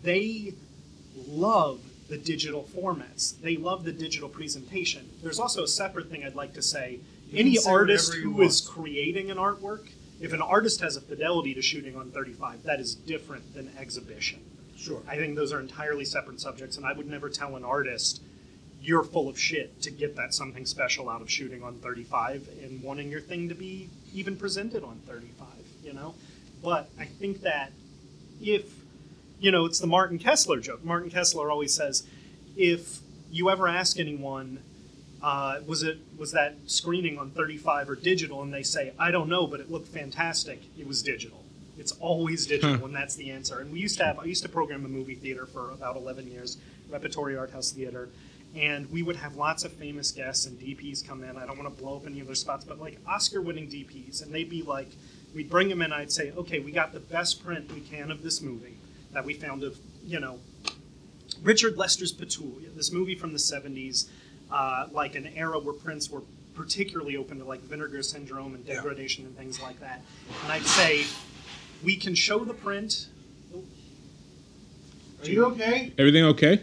A: they love the digital formats. They love the digital presentation. There's also a separate thing I'd like to say.
B: You
A: Any
B: can say
A: artist
B: whatever you
A: who
B: want.
A: is creating an artwork, if an artist has a fidelity to shooting on 35, that is different than exhibition.
B: Sure.
A: I think those are entirely separate subjects, and I would never tell an artist you're full of shit to get that something special out of shooting on 35 and wanting your thing to be even presented on 35, you know? But I think that if, you know, it's the Martin Kessler joke. Martin Kessler always says, if you ever ask anyone, uh, was it was that screening on 35 or digital and they say i don't know but it looked fantastic it was digital it's always digital and that's the answer and we used to have i used to program a movie theater for about 11 years repertory art house theater and we would have lots of famous guests and dps come in i don't want to blow up any of their spots but like oscar winning dps and they'd be like we'd bring them in i'd say okay we got the best print we can of this movie that we found of you know Richard Lester's Petulia, this movie from the 70s, uh, like an era where prints were particularly open to like vinegar syndrome and
B: Yeah.
A: degradation and things like that. And I'd say, we can show the print.
B: Are you okay?
C: Everything okay?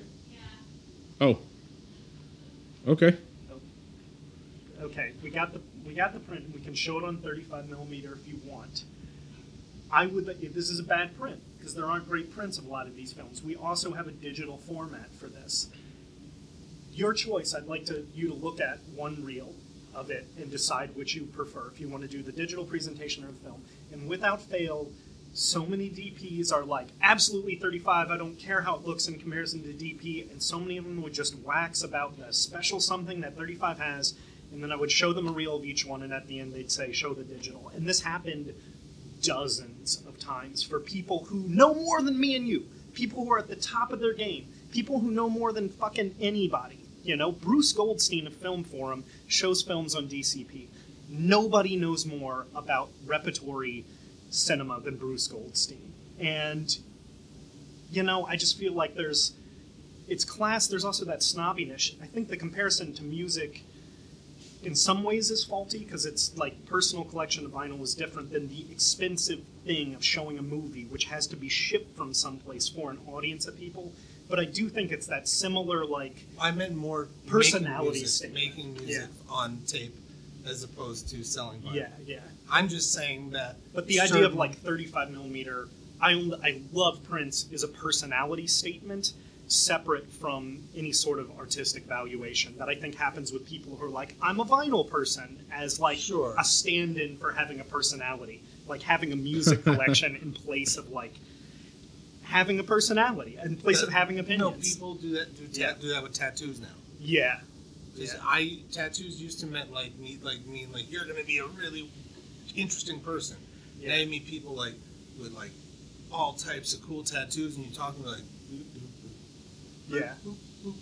C: Oh. Okay.
A: Okay, we got the we got the print. and We can show it on 35 millimeter if you want. I would. If this is a bad print because there aren't great prints of a lot of these films. We also have a digital format for this. Your choice. I'd like to you to look at one reel of it and decide which you prefer. If you want to do the digital presentation or the film, and without fail, so many DPs are like absolutely 35. I don't care how it looks in comparison to DP, and so many of them would just wax about the special something that 35 has. And then I would show them a reel of each one, and at the end they'd say, "Show the digital." And this happened dozens of times for people who know more than me and you, people who are at the top of their game, people who know more than fucking anybody. You know, Bruce Goldstein of Film Forum shows films on DCP. Nobody knows more about repertory cinema than Bruce Goldstein. And, you know, I just feel like there's, it's class, there's also that snobbiness. I think the comparison to music in some ways is faulty because it's like personal collection of vinyl is different than the expensive thing of showing a movie which has to be shipped from someplace for an audience of people but i do think it's that similar like
B: I meant more
A: Personality
B: making music,
A: statement.
B: making music on tape as opposed to selling. vinyl.
A: yeah yeah
B: I'm just saying that.
A: but the idea of
B: certain-
A: like 35 millimeter i only, i love prince is a personality statement separate from any sort of artistic valuation that i think happens with people who are like i'm a vinyl person as like
B: Sure.
A: a stand-in for having a personality like having a music collection in place of like having a personality in place of having
B: no
A: opinions
B: people do that do, ta-
A: Yeah.
B: do that with tattoos now.
A: yeah
B: 'Cause
A: Yeah.
B: I tattoos used to meant like me like mean like you're gonna be a really interesting person.
A: Yeah.
B: Now you meet people like with like all types of cool tattoos, and you talk to them like, "Boop, boop, boop,
A: yeah
B: boop, boop,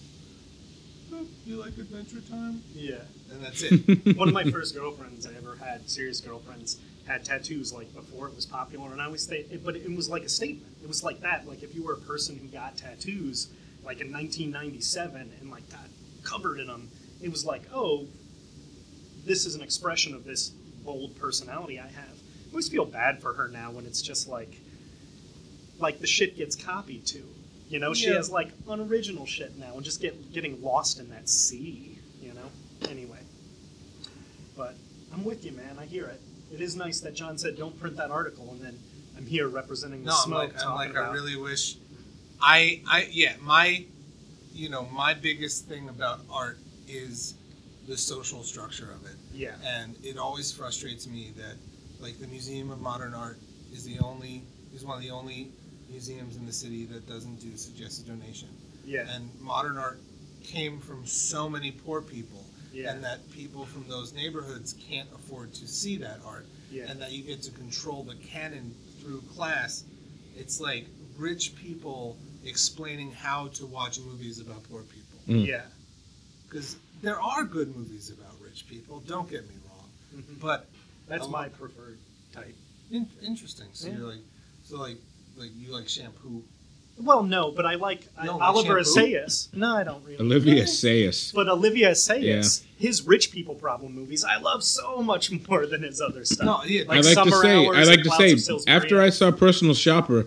B: boop. you like Adventure Time,
A: yeah
B: and that's it.
A: one of my first girlfriends I ever had, serious girlfriends, had tattoos like before it was popular, and I always think, but it was like a statement. It was like that, like if you were a person who got tattoos, like in 1997, and like got covered in them, it was like, oh, this is an expression of this bold personality I have. I always feel bad for her now when it's just like, like the shit gets copied too. You know, she
B: Yeah.
A: has like unoriginal shit now, and just get getting lost in that sea. You know, anyway. But I'm with you, man. I hear it. It is nice that John said, "Don't print that article," and then I'm here representing the
B: no, I'm
A: smoke
B: like,
A: talking
B: I'm like
A: about.
B: I really wish. I I yeah my, you know my biggest thing about art is the social structure of it.
A: yeah,
B: and it always frustrates me that like the Museum of Modern Art is the only is one of the only museums in the city that doesn't do suggested donation.
A: yeah,
B: And modern art came from so many poor people
A: Yeah.
B: and that people from those neighborhoods can't afford to see that art,
A: Yeah.
B: and that you get to control the canon through class. It's like rich people explaining how to watch movies about poor people
C: Hmm.
A: yeah,
B: because there are good movies about rich people. Don't get me wrong,
A: Mhm.
B: but
A: that's
B: Oh.
A: my preferred type.
B: in- interesting. So
A: Yeah.
B: you're like, so like, like you like shampoo.
A: Well, no, but I like I,
B: don't like
A: Oliver
B: shampoo?
A: Assayas. No, I don't really.
C: Olivia Sayas.
A: But Olivia Assayas, his rich people problem movies, I love so much more than his other stuff.
B: No, yeah,
A: Like
C: I like to
A: Summer
C: say,
A: Hours
C: I like
A: and
C: to
A: Clouds of
C: say,
A: Salisbury.
C: after I saw Personal Shopper,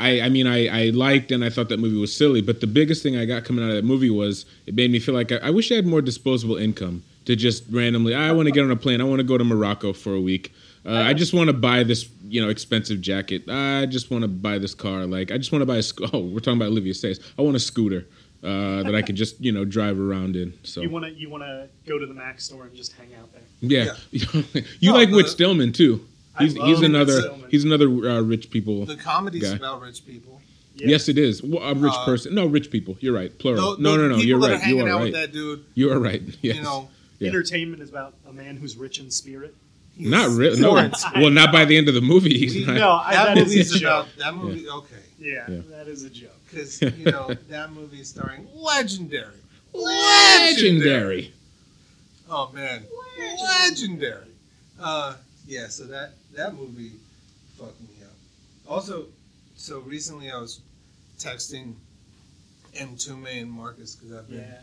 C: I, I mean, I, I liked and I thought that movie was silly, but the biggest thing I got coming out of that movie was it made me feel like I, I wish I had more disposable income to just randomly, "Ah, I want to get on a plane, I want to go to Morocco for a week. Uh, I just want to buy this, you know, expensive jacket. Ah, I just want to buy this car. Like, I just want to buy a. Sc- oh, we're talking about Olivia Sayers. I want a scooter uh, that I could just, you know, drive around in. So
A: you want to you want to go to the Mac store and just hang out there.
C: yeah, you
B: No,
C: like Whit
B: the-
C: Stillman too.
A: I
C: He's,
A: love
C: he's
A: Whit
C: another
A: Stillman.
C: he's another uh, rich people.
B: The comedy's
C: Guy.
B: about rich people.
A: Yeah.
C: Yes, it is. Well, a rich
B: Uh,
C: person. No, rich people. You're right. Plural.
B: Tho-
C: no,
B: those
C: no, no.
B: people
C: You're
B: that Are
C: right.
B: hanging
C: You are
B: out
C: right.
B: with that dude.
C: You are right. Yes.
B: You know,
C: Yeah.
A: Entertainment is about a man who's rich in spirit.
B: he's
C: not really. No.
A: Lawrence.
C: Well, not by the end of the movie. He's not.
A: No, I,
B: That
A: that is
B: movie's
A: a joke.
B: about that movie. Okay,
A: Yeah,
C: Yeah.
A: that is a joke.
B: because you know that movie is starring legendary,
C: legendary.
B: Oh man, legendary. Uh, yeah, so that that movie fucked me up. Also, so recently I was texting M. Tume and Marcus because I've been
A: Yeah,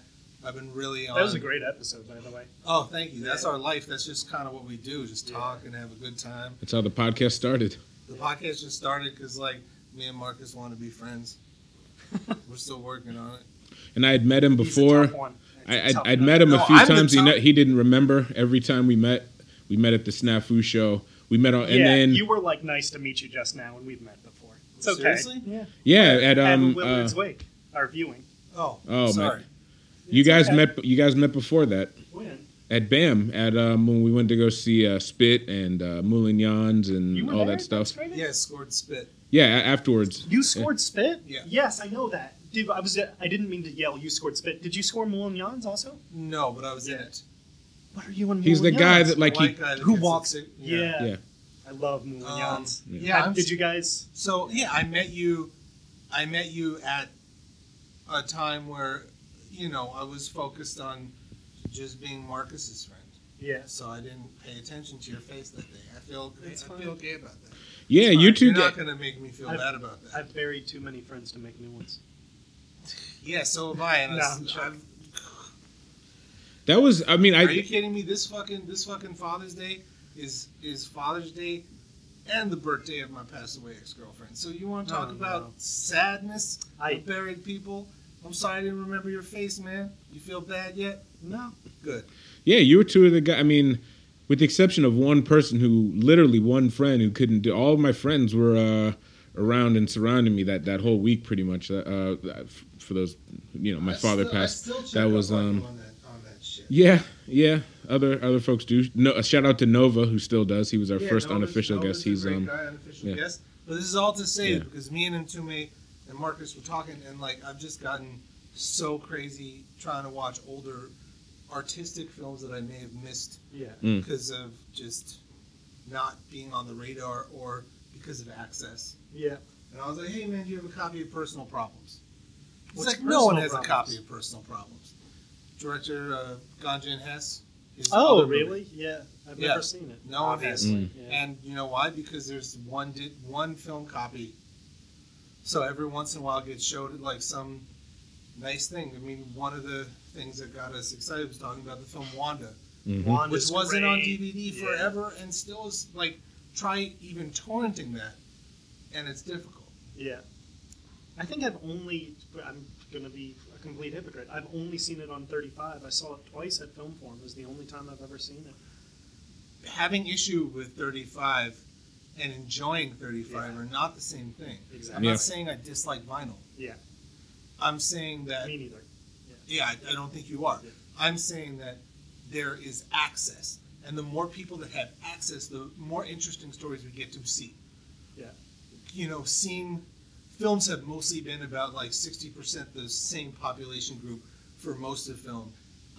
B: I've been really on.
A: that was a great episode, by the way.
B: oh, thank you. That's
A: Yeah.
B: our life. That's just kind of what we do. Just
A: Yeah.
B: talk and have a good time.
C: That's how the podcast started.
B: The podcast just started because like me and Marcus want to be friends. We're still working on it.
C: And I had met him
A: He's a
C: before.
A: tough one.
C: I,
A: It's a
C: I'd,
A: tough
C: I'd
A: one.
C: met him
B: No,
C: a few
B: I'm the
C: times. He,
B: tough-
C: ne- he didn't remember every time we met. We met at the Snafu show. We met, all, and
A: yeah,
C: then
A: you were like, "Nice to meet you just now," and we've met before. It's okay.
B: Seriously?
A: Yeah.
C: yeah, at
A: Um,
C: um, uh,
A: Willard's Wake, our viewing.
B: Oh,
C: Oh, my-
B: sorry.
C: you
A: It's
C: guys
A: okay.
C: met. You guys met before that.
A: When?
C: at BAM at um, when we went to go see uh, Spit and uh, Moulignons and
A: You were
C: all
A: there?
C: that stuff.
A: That's right.
B: Yeah, scored spit.
C: Yeah, a- afterwards.
A: You scored spit.
B: Yeah.
A: Yes, I know that. Dude, I was. I didn't mean to yell. You scored spit. Did you score Moulignons also?
B: No, but I was in
A: Yeah.
B: it.
A: What are you on?
C: He's the guy
A: Moulignons?
C: that like he.
B: White guy that
A: who
B: gets
A: walks-
B: sick-
A: Yeah.
C: Yeah.
A: I love
B: Um,
A: Moulignons.
B: yeah.
A: Uh,
B: I'm-
A: did you guys?
B: So yeah, I met you. I met you at a time where, you know, I was focused on just being Marcus's friend,
A: Yes.
B: so I didn't pay attention to your face that day. I feel I
A: That's fine.
B: feel okay about that.
C: Yeah, you two.
B: You're
C: Get,
B: not gonna make me feel
A: I've-
B: bad about that.
A: I've buried too many friends to make new ones.
B: yeah, so have I. And
A: No,
B: I
A: I'm
B: s-
A: joking.
B: I've-
C: that was. I mean,
B: are you
C: I.
B: kidding me? This fucking this fucking Father's Day is is Father's Day. And the birthday of my passed away ex girlfriend. So you want to talk
A: Oh,
B: about
A: no.
B: sadness? I
A: I
B: buried people. I'm sorry I didn't remember your face, man. You feel bad yet?
A: no.
B: Good.
C: Yeah, you were two of the guy. I mean, with the exception of one person who literally one friend who couldn't do. All of my friends were uh, around and surrounding me that that whole week, pretty much. Uh, uh, f- for those, you know, my
B: I
C: father
B: still- I
C: passed.
B: still check
C: That
B: up
C: was
B: on
C: um.
B: you on that, on that shit.
C: Yeah, yeah. Other other folks do. No, a shout out to Nova who still does. He was our
B: Yeah,
C: first
B: Nolan's-
C: unofficial
B: Nolan's
C: guest.
B: a
C: He's
B: great
C: um.
B: guy, unofficial
C: yeah.
B: guest. But this is all to say
C: Yeah.
B: because me and Ntume and Marcus were talking, and like I've just gotten so crazy trying to watch older artistic films that I may have missed
A: Yeah.
C: Mm.
B: because of just not being on the radar or because of access.
A: Yeah.
B: And I was like, hey, man, do you have a copy of Personal Problems? It's
A: What's
B: like, no one
A: Personal
B: has a
A: Problems?
B: copy of Personal Problems. Director uh, Ganjan Hess. his
A: Oh, Mm.
B: other movie.
A: really? Yeah. I've
B: Yeah.
A: never seen it.
B: No one has.
A: obviously. Yeah.
B: And you know why? Because there's one did one film copy. So every once in a while, it gets showed at like some nice thing. I mean, one of the things that got us excited was talking about the film Wanda,
C: mhm.
A: Wanda's
B: which wasn't on
A: great.
B: DVD
A: Yeah.
B: forever, and still is like try even torrenting that, and it's difficult.
A: Yeah. I think I've only, I'm going to be a complete hypocrite. I've only seen it on 35. I saw it twice at Film Forum. It was the only time I've ever seen it.
B: having issue with 35 and enjoying 35
A: Yeah.
B: are not the same thing. I'm
A: Exactly.
C: Yeah.
B: not saying I dislike vinyl.
A: Yeah.
B: I'm saying that,
A: Me neither.
B: yeah, I, I don't think you are.
A: Yeah.
B: I'm saying that there is access. And the more people that have access, the more interesting stories we get to see.
A: Yeah.
B: You know, seeing films have mostly been about like 60% the same population group for most of film.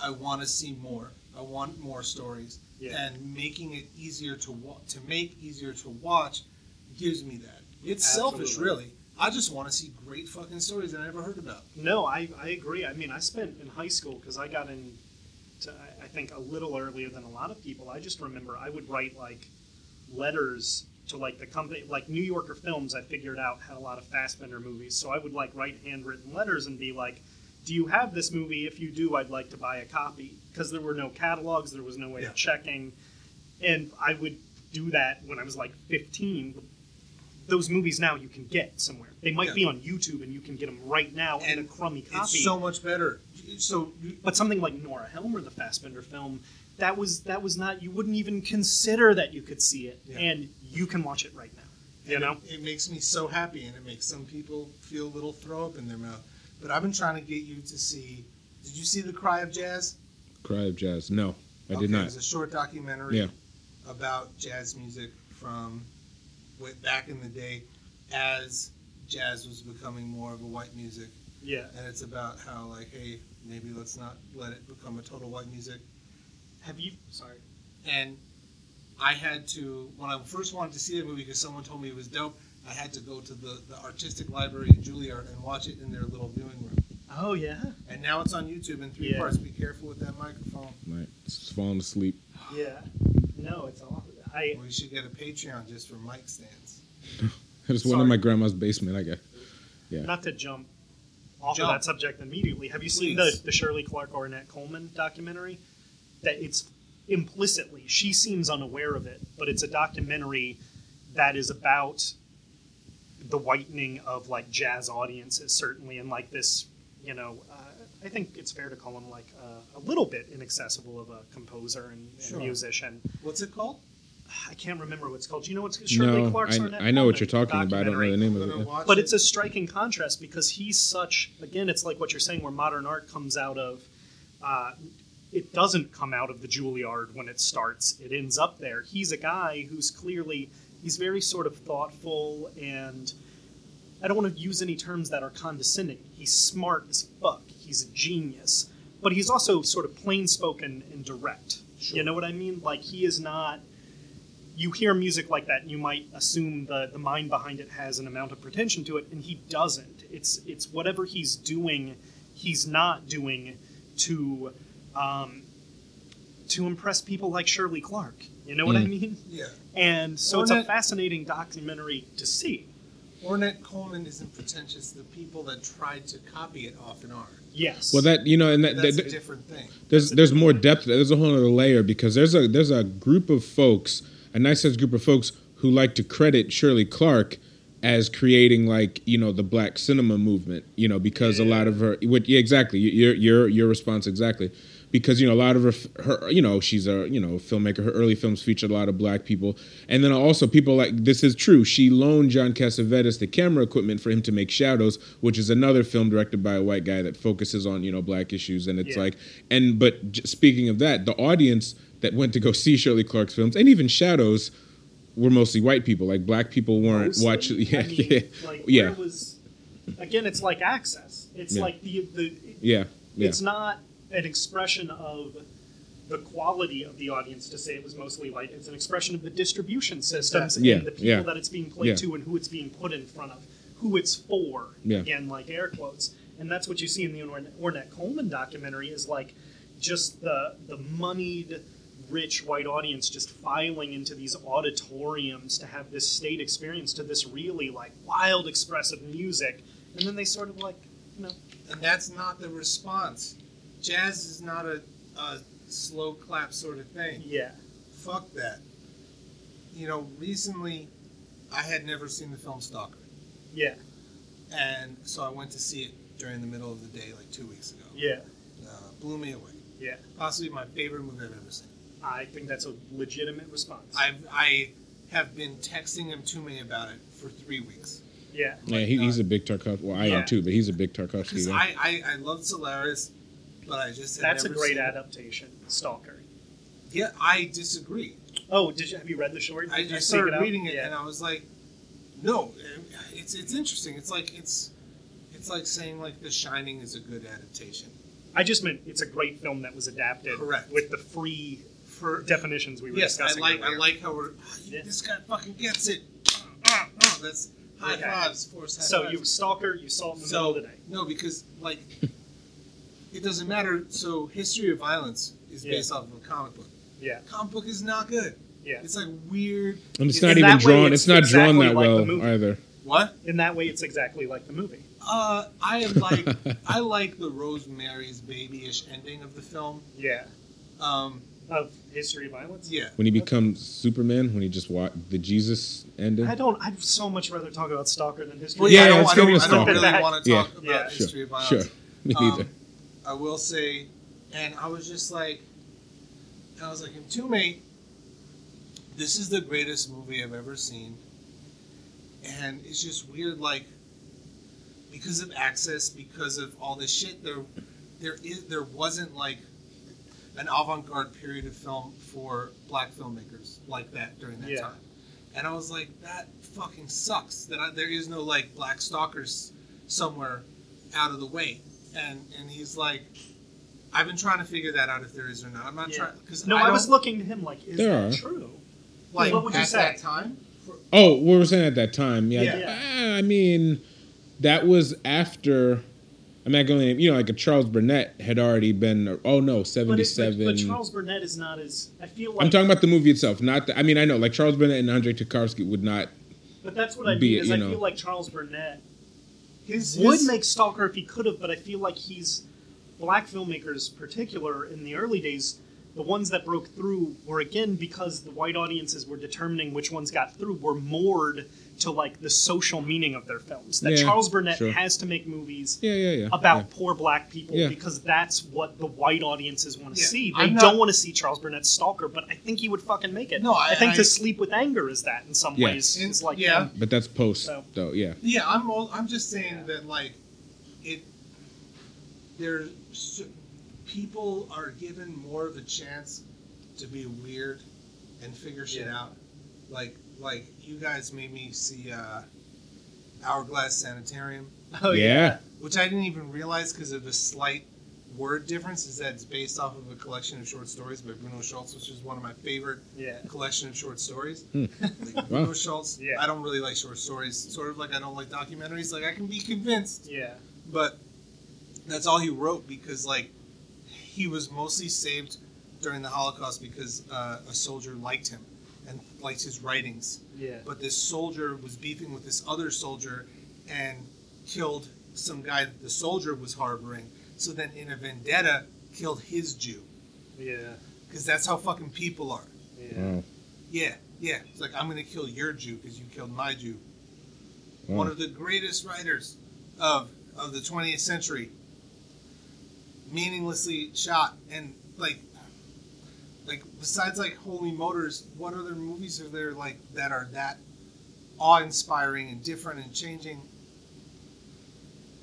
B: I want to see more. I want more stories,
A: Yeah.
B: and making it easier to wa- to make easier to watch gives me that. It's selfish,
A: Absolutely.
B: really. I just want to see great fucking stories that I never heard about.
A: No, I, I agree. I mean, I spent in high school because I got in, to, uh, I- I think, a little earlier than a lot of people. I just remember I would write like letters to like the company, like New Yorker Films, I figured out had a lot of Fassbender movies. So I would like write handwritten letters and be like, Do you have this movie? If you do, I'd like to buy a copy. Because there were no catalogs, there was no way
B: Yeah.
A: of checking. And I would do that when I was like 15. Those movies now you can get somewhere. They might
B: Yeah.
A: be on YouTube and you can get them right now and a
B: And
A: crummy copy.
B: It's so much better. So you-
A: but something like Nora Helmer, the Fassbender film, that was that was not you wouldn't even consider that you could see it,
B: Yeah.
A: and you can watch it right now. You
B: And
A: know,
B: it, it makes me so happy, and it makes some people feel a little throw up in their mouth. But I've been trying to get you to see. Did you see the Cry of Jazz?
C: Cry of Jazz. No, I did
B: It
C: not.
B: was a short documentary
C: Yeah.
B: about jazz music from way back in the day as jazz was becoming more of a white music.
A: yeah,
B: And it's about how, like, hey, maybe let's not let it become a total white music.
A: Have you? Sorry.
B: And I had to, when I first wanted to see the movie because someone told me it was dope, I had to go to the, the artistic library at Juilliard and watch it in their little viewing room.
A: Oh yeah.
B: And now it's on YouTube in three
A: Yeah.
B: parts. Be careful with that microphone.
C: Right. Just falling asleep.
A: Yeah. No, it's all. I
B: We should get a Patreon just for mic stands.
C: It was one
A: Sorry.
C: in my grandma's basement. I guess.
A: not to jump off
B: Jump.
A: of that subject immediately. Have you seen the,
B: Please.
A: the Shirley Clark Arnett Coleman documentary? That it's implicitly she seems unaware of it, but it's a documentary that is about the whitening of like jazz audiences, certainly, and like this, you know. Uh, I think it's fair to call him like uh, a little bit inaccessible of a composer and, and
B: Sure.
A: musician.
B: What's it called?
A: I can't remember what it's called. Do you know what's Shirley
C: no,
A: Clark's
C: I,
A: Arnett
C: I know what
A: Coleman
C: you're talking about. I don't know
A: documentary?
C: the name
B: I'm
C: of
B: gonna
C: it.
B: watch
A: But
B: it.
A: it's a striking contrast because he's such, again, it's like what you're saying, where modern art comes out of, uh, it doesn't come out of the Juilliard when it starts, it ends up there. He's a guy who's clearly, he's very sort of thoughtful and I don't want to use any terms that are condescending. He's smart as fuck, he's a genius, but he's also sort of plain spoken and direct. You
B: Sure.
A: know what I mean? Like, he is not you hear music like that and you might assume the, the mind behind it has an amount of pretension to it and he doesn't it's it's whatever he's doing he's not doing to um, to impress people like Shirley Clark you know what I
C: Mm.
A: mean
B: yeah.
A: and so
B: Or
A: it's a
B: not-
A: fascinating documentary to see
B: Ornette Coleman isn't pretentious. The people that tried to copy it often are.
A: yes
C: Well, that you know, and that,
B: That's
C: that,
B: a different thing.
C: there's there's more depth. There's a whole other layer because there's a there's a group of folks, a nice sized group of folks who like to credit Shirley Clark as creating like you know the black cinema movement. You know because a lot of her, which, yeah, exactly y- your your your response exactly because you know a lot of her, f- her you know she's a you know filmmaker her early films featured a lot of black people and then also people like this is true she loaned john cassavetes the camera equipment for him to make shadows which is another film directed by a white guy that focuses on you know black issues and it's
A: Yeah.
C: like and but j- speaking of that the audience that went to go see shirley clark's films and even shadows were mostly white people like black people weren't
A: Mostly.
C: watching yeah
A: I mean,
C: yeah
A: like,
C: yeah,
A: where was, again it's like access it's
C: Yeah.
A: like the the
C: yeah yeah
A: it's not an expression of the quality of the audience to say it was mostly white. It's an expression of the distribution systems
C: Yeah,
A: and the people
C: yeah.
A: that it's being played
C: Yeah.
A: to and who it's being put in front of, who it's for.
C: Yeah.
A: Again, like air quotes, and that's what you see in the Ornette, Ornette Coleman documentary is like just the the moneyed. Rich white audience just filing into these auditoriums to have this state experience to this really like wild expressive music, and then they sort of like you know
B: And that's not the response. Jazz is not a, a slow clap sort of thing.
A: yeah
B: Fuck that. You know, recently I had never seen the film Stalker.
A: yeah
B: And so I went to see it during the middle of the day, like two weeks ago.
A: yeah
B: Uh, blew me away.
A: Yeah.
B: Possibly my favorite movie I've ever seen.
A: I think that's a legitimate response.
B: I've, I have been texting him to me about it for three weeks.
A: yeah.
C: yeah he, he's a big Tarkovsky. Well, I
A: Yeah.
C: am too, but he's a big Tarkovsky.
B: Because
C: guy.
B: I, I, I loved Solaris, but I just had
A: That's a
B: never
A: great
B: seen-
A: adaptation, Stalker.
B: Yeah, I disagree.
A: Oh, did you have you read the short?
B: I
A: Did you
B: just
A: seek
B: started
A: out?
B: reading it
A: Yeah.
B: and I was like, no, it's it's interesting. It's like it's it's like saying like The Shining is a good adaptation.
A: I just meant it's a great film that was adapted
B: Correct.
A: with the free
B: For
A: definitions we were
B: yes, I
A: discussing.
B: like I
A: earlier.
B: like how we're "Ah, you-
A: Yeah.
B: this guy fucking gets it. Ah, ah, ah. That's high
A: Okay.
B: fives, force high
A: So
B: fives.
A: you stalker, you saw it in the
B: so
A: middle of the day.
B: no, because like it doesn't matter. So history of violence is
A: Yeah.
B: based off of a comic book.
A: Yeah,
B: Comic book is not good.
A: yeah.
B: It's like weird.
C: And it's
A: In
C: not
A: that
C: even
A: way,
C: drawn.
A: it's
C: It's, not drawn
A: exactly
C: that
A: like the
C: well
A: movie.
C: either.
B: What?
A: In that way, it's exactly like the movie.
B: Uh, I am like I like the Rosemary's Baby-ish ending of the film.
A: Yeah,
B: Um,
A: of history of violence.
B: yeah.
C: When he becomes Superman, when he just walked the Jesus ending.
A: I don't. I'd so much rather talk about Stalker than history.
B: Well,
A: of
B: yeah, I
C: yeah,
B: don't,
C: let's
B: I don't,
C: get
B: I
C: into
B: don't
A: Stalker.
B: really want to
C: Yeah.
B: talk
A: Yeah.
B: about
A: Sure,
B: history of violence.
C: Sure, me
B: Um,
C: either.
B: I will say, and I was just like, I was like, Mtume, this is the greatest movie I've ever seen. And it's just weird, like, because of access, because of all this shit, there, there is, there wasn't like an avant-garde period of film for black filmmakers like that during that
A: Yeah.
B: time. And I was like, that fucking sucks. That I, there is no like black stalkers somewhere out of the way. And and he's like, I've been trying to figure that out if there is or not. I'm not
A: Yeah.
B: trying because
A: No, I, was
B: don't-
A: looking to him like, is
C: There
A: that
C: are.
A: true?
B: like
A: what would you
B: at
A: say?
B: that time.
C: Oh, what we were saying at that time. Yeah.
B: Yeah.
C: I, I mean, that was after. I'm not going. to- You know, like a Charles Burnett had already been. Oh no,
A: But, it, but,
C: seventy-seven.
A: but Charles Burnett is not as. I feel like.
C: I'm talking about the movie itself, not. The, I mean, I know like Charles Burnett and Andre Tukarski would not.
A: But that's what I
C: Be
A: mean.
C: it,
A: Is
C: you
A: I
C: know.
A: feel like Charles Burnett
B: His,
A: would
B: his-
A: make Stalker if he could have, but I feel like he's black filmmakers, particular in the early days, the ones that broke through were again because the white audiences were determining which ones got through were moored to like the social meaning of their films. That
C: Yeah,
A: Charles Burnett
C: sure.
A: has to make movies
C: Yeah, yeah, yeah.
A: about poor black people
C: Yeah.
A: because that's what the white audiences want to
B: Yeah,
A: see. They
B: I'm not-
A: don't want to see Charles Burnett's Stalker, but I think he would fucking make it.
B: No, I-
A: think
B: I-
A: to sleep with anger is that in some
C: Yeah.
A: ways.
B: In-
A: It's like
B: yeah.
A: um,
C: Yeah. But that's post
A: So-
C: though. Yeah.
B: Yeah, I'm all, I'm just saying that like it there's so- people are given more of a chance to be weird and figure shit
A: Yeah.
B: out. Like like you guys made me see uh Hourglass Sanitarium,
A: oh
C: yeah.
B: which I didn't even realize because of the slight word difference is that it's based off of a collection of short stories by Bruno Schultz, which is one of my favorite
A: yeah.
B: collection of short stories.
C: Hmm.
B: Like Bruno
C: Wow.
B: Schultz,
A: Yeah.
B: I don't really like short stories. Sort of like I don't like documentaries. Like I can be convinced,
A: Yeah.
B: but that's all he wrote because like he was mostly saved during the Holocaust because uh, a soldier liked him and liked his writings.
A: Yeah.
B: But this soldier was beefing with this other soldier and killed some guy that the soldier was harboring. So then, in a vendetta, killed his Jew
A: Yeah.
B: because that's how fucking people are.
A: Yeah.
C: Wow.
B: Yeah, yeah. It's like I'm gonna kill your Jew because you killed my Jew.
C: Wow.
B: One of the greatest writers of of the 20th century, meaninglessly shot and like, like besides like Holy Motors, what other movies are there like that are that awe inspiring and different and changing?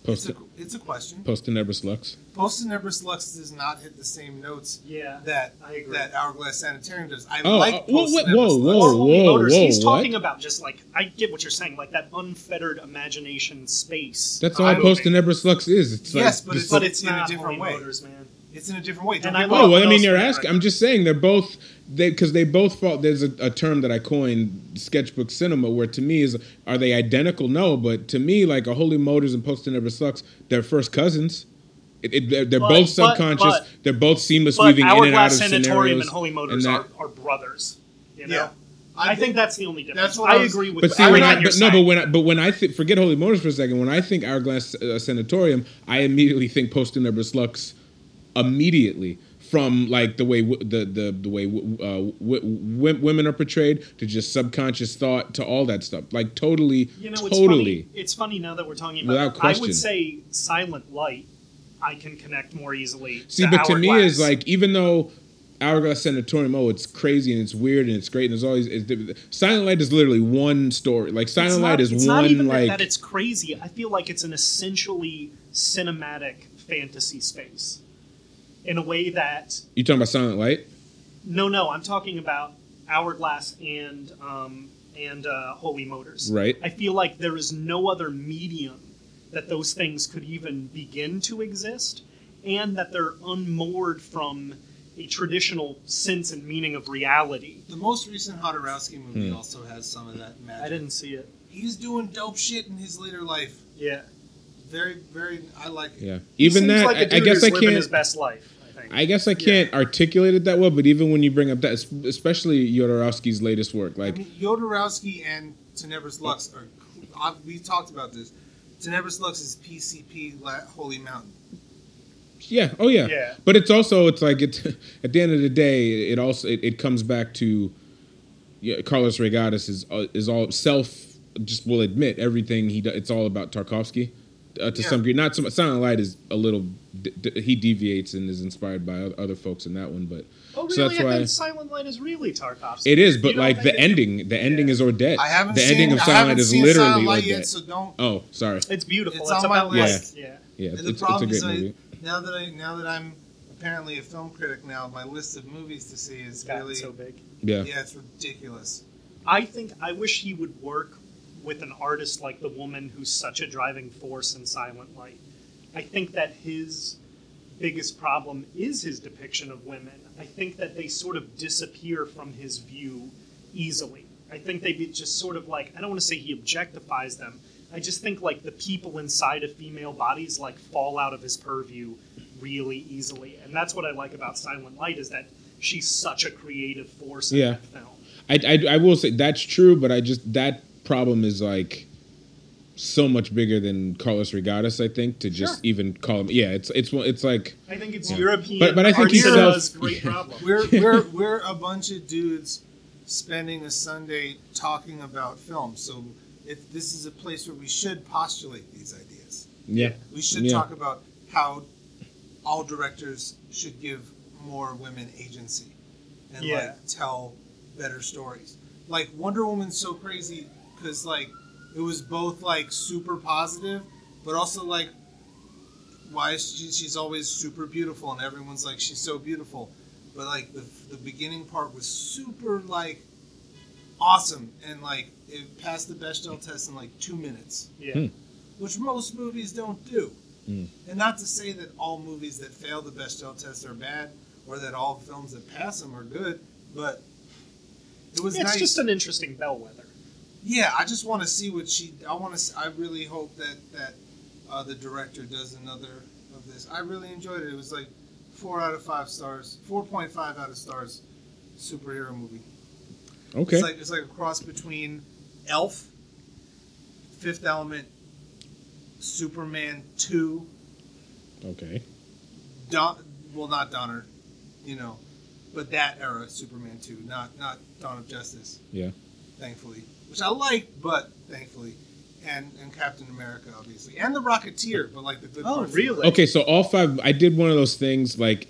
B: It's
C: Post
B: a, it's a question.
C: post Tenebris Lux.
B: Post and Everest Lux does not hit the same notes
A: Yeah.
B: that
A: I agree.
B: that Hourglass Sanitarium does. I
C: Oh,
B: like
C: uh, whoa,
B: Post
C: whoa,
B: and Everest
C: whoa,
B: Lux.
A: Or
C: whoa.
A: Holy Motors, he's
C: whoa,
A: talking
C: what?
A: about just like I get what you're saying, like that unfettered imagination space.
C: That's
A: I
C: all
A: don't
C: post
A: think-
C: Tenebris Lux is. It's like
B: Yes, but
C: just-
B: it's-
A: But it's
B: in a
A: not Holy
B: different way.
A: Motors, man.
B: It's in a different way. Don't
A: And I
B: get me
A: love
C: Oh well, I
A: What
C: mean,
A: else
C: you're
A: would I
C: asking. I'm
A: recommend?
C: just saying they're both they because they both fall. There's a, a term that I coined, sketchbook cinema, where to me is are they identical? No, but to me, like a Holy Motors and Post Never Sucks, they're first cousins. It, it, they're, they're
A: But-
C: both
A: but-
C: subconscious.
A: but-
C: they're both seamless
A: But
C: weaving in and out of
A: Hourglass
C: scenarios.
A: Sanatorium and Holy Motors
C: and
A: are,
C: that-
A: are brothers. You know?
B: Yeah.
A: I, think, that's the only difference.
B: that's what I
A: I
B: was-
A: agree with
C: but see,
A: I
C: when
A: agree
C: I,
A: with your
C: but
A: side.
C: no, but when I, but when I th- forget Holy Motors for a second, when I think Hourglass uh, Sanatorium, I immediately think Post Never Sucks immediately from like the way w- the the the way w- uh, w- w- women are portrayed to just subconscious thought to all that stuff like totally
A: you know, it's
C: totally
A: funny. It's funny now that we're talking about.
C: Without
A: it. I
C: question.
A: would say Silent Light. I can connect more easily.
C: see but to me
A: Hourglass.
C: is like even though Hourglass Sanatorium oh it's crazy and it's weird and it's great and there's always it's, di- Silent Light is literally one story like Silent
A: it's
C: Light
A: not,
C: is
A: it's
C: one
A: not even that-
C: like
A: that, it's crazy. I feel like it's an essentially cinematic fantasy space in a way that
C: you talking about Silent Light
A: no, no, I'm talking about Hourglass and um, and uh, Holy Motors.
C: Right.
A: I feel like there is no other medium that those things could even begin to exist. and that they're unmoored from a traditional sense and meaning of reality.
B: The most recent Hodorowski movie
C: Hmm.
B: also has some of that magic.
A: I didn't see it.
B: He's doing dope shit in his later life.
A: Yeah,
B: Very, very. I like it.
C: Yeah.
A: He
C: Even
A: seems
C: that,
A: like a
C: I- I,
A: dude
C: guess
A: who's
C: I
A: living
C: can't.
A: His best life. I think.
C: I guess I can't articulate it that well, but even when you bring up that, es- especially Yodorovsky's latest work,
B: I
C: like
A: Mm-hmm.
B: mean, Yodorowski and Tenebris Lux are. I, we talked about this. Tenebris Lux is PCP La- Holy Mountain.
C: yeah, oh yeah.
A: Yeah.
C: But it's also it's like it at the end of the day, it also it, it comes back to yeah, Carlos Regatas is uh, is all self just will admit everything he do, it's all about Tarkovsky uh, to
B: Yeah.
C: some degree. Not so much. Silent Light is a little d- d- he deviates and is inspired by oth- other folks in that one, but
A: oh, really?
C: so that's
A: I
C: why-
A: think Silent Light is really Tarkovsky.
C: it is.
A: You
C: But
A: don't
C: like
A: think
C: the
A: it's-
C: ending, the ending is Odette.
B: I haven't
C: the
B: seen.
C: ending of
B: I
C: Silent
B: haven't
C: Light is
B: seen
C: literally
B: Silent Light
C: Odette.
B: yet, so don't.
C: oh, sorry.
A: It's beautiful.
B: It's
A: It's,
B: on my
A: about
B: list.
A: yeah.
C: Yeah,
B: And
C: it's,
B: the
C: it's, it's a
B: problem
C: great
B: is I-
C: movie.
B: now that I now that I'm apparently a film critic now, my list of movies to see is
A: It's gotten
B: really
A: so big.
C: Yeah.
B: yeah, it's ridiculous.
A: I think I wish he would work with an artist like the woman who's such a driving force in Silent Light. I think that his biggest problem is his depiction of women. I think that they sort of disappear from his view easily. I think they be just sort of like I don't want to say he objectifies them. I just think like the people inside of female bodies like fall out of his purview really easily, and that's what I like about Silent Light is that she's such a creative force in
C: Yeah.
A: that film.
C: I, I, I will say that's true, but I just that problem is like so much bigger than Carlos Regatas. I think to just
A: Sure.
C: even call him. Yeah, it's it's one- it's like
A: I think it's European.
C: But- but I think
A: art
C: he's
A: Europe's
C: self-
A: great
C: yeah.
A: problem.
B: We're we're we're a bunch of dudes spending a Sunday talking about film. So if this is a place where we should postulate these ideas,
C: yeah,
B: we should
C: Yeah.
B: talk about how all directors should give more women agency and
A: Yeah.
B: like tell better stories. Like Wonder Woman's so crazy because like it was both like super positive, but also like why is she, she's always super beautiful and everyone's like she's so beautiful, but like the the beginning part was super like awesome and like it passed the Bechdel test in like two minutes
A: Yeah.
C: Hmm.
B: which most movies don't do. And not to say that all movies that fail the Bechdel test are bad, or that all films that pass them are good, but it was
A: It's
B: nice.
A: just an interesting bellwether.
B: yeah, I just want to see what she. I want to. I really hope that that uh, the director does another of this. I really enjoyed it. It was like four out of five stars, four point five out of stars, superhero movie.
C: okay.
B: It's like it's like a cross between Elf, Fifth Element, Superman Two,
C: okay.
B: Don, well, not Donner, you know, but that era Superman two, not not Dawn of Justice,
C: Yeah.
B: thankfully, which I like, but thankfully, and and Captain America obviously, and the Rocketeer, but like the good.
A: Oh,
B: parts.
A: really?
C: Okay, so all five. I did one of those things like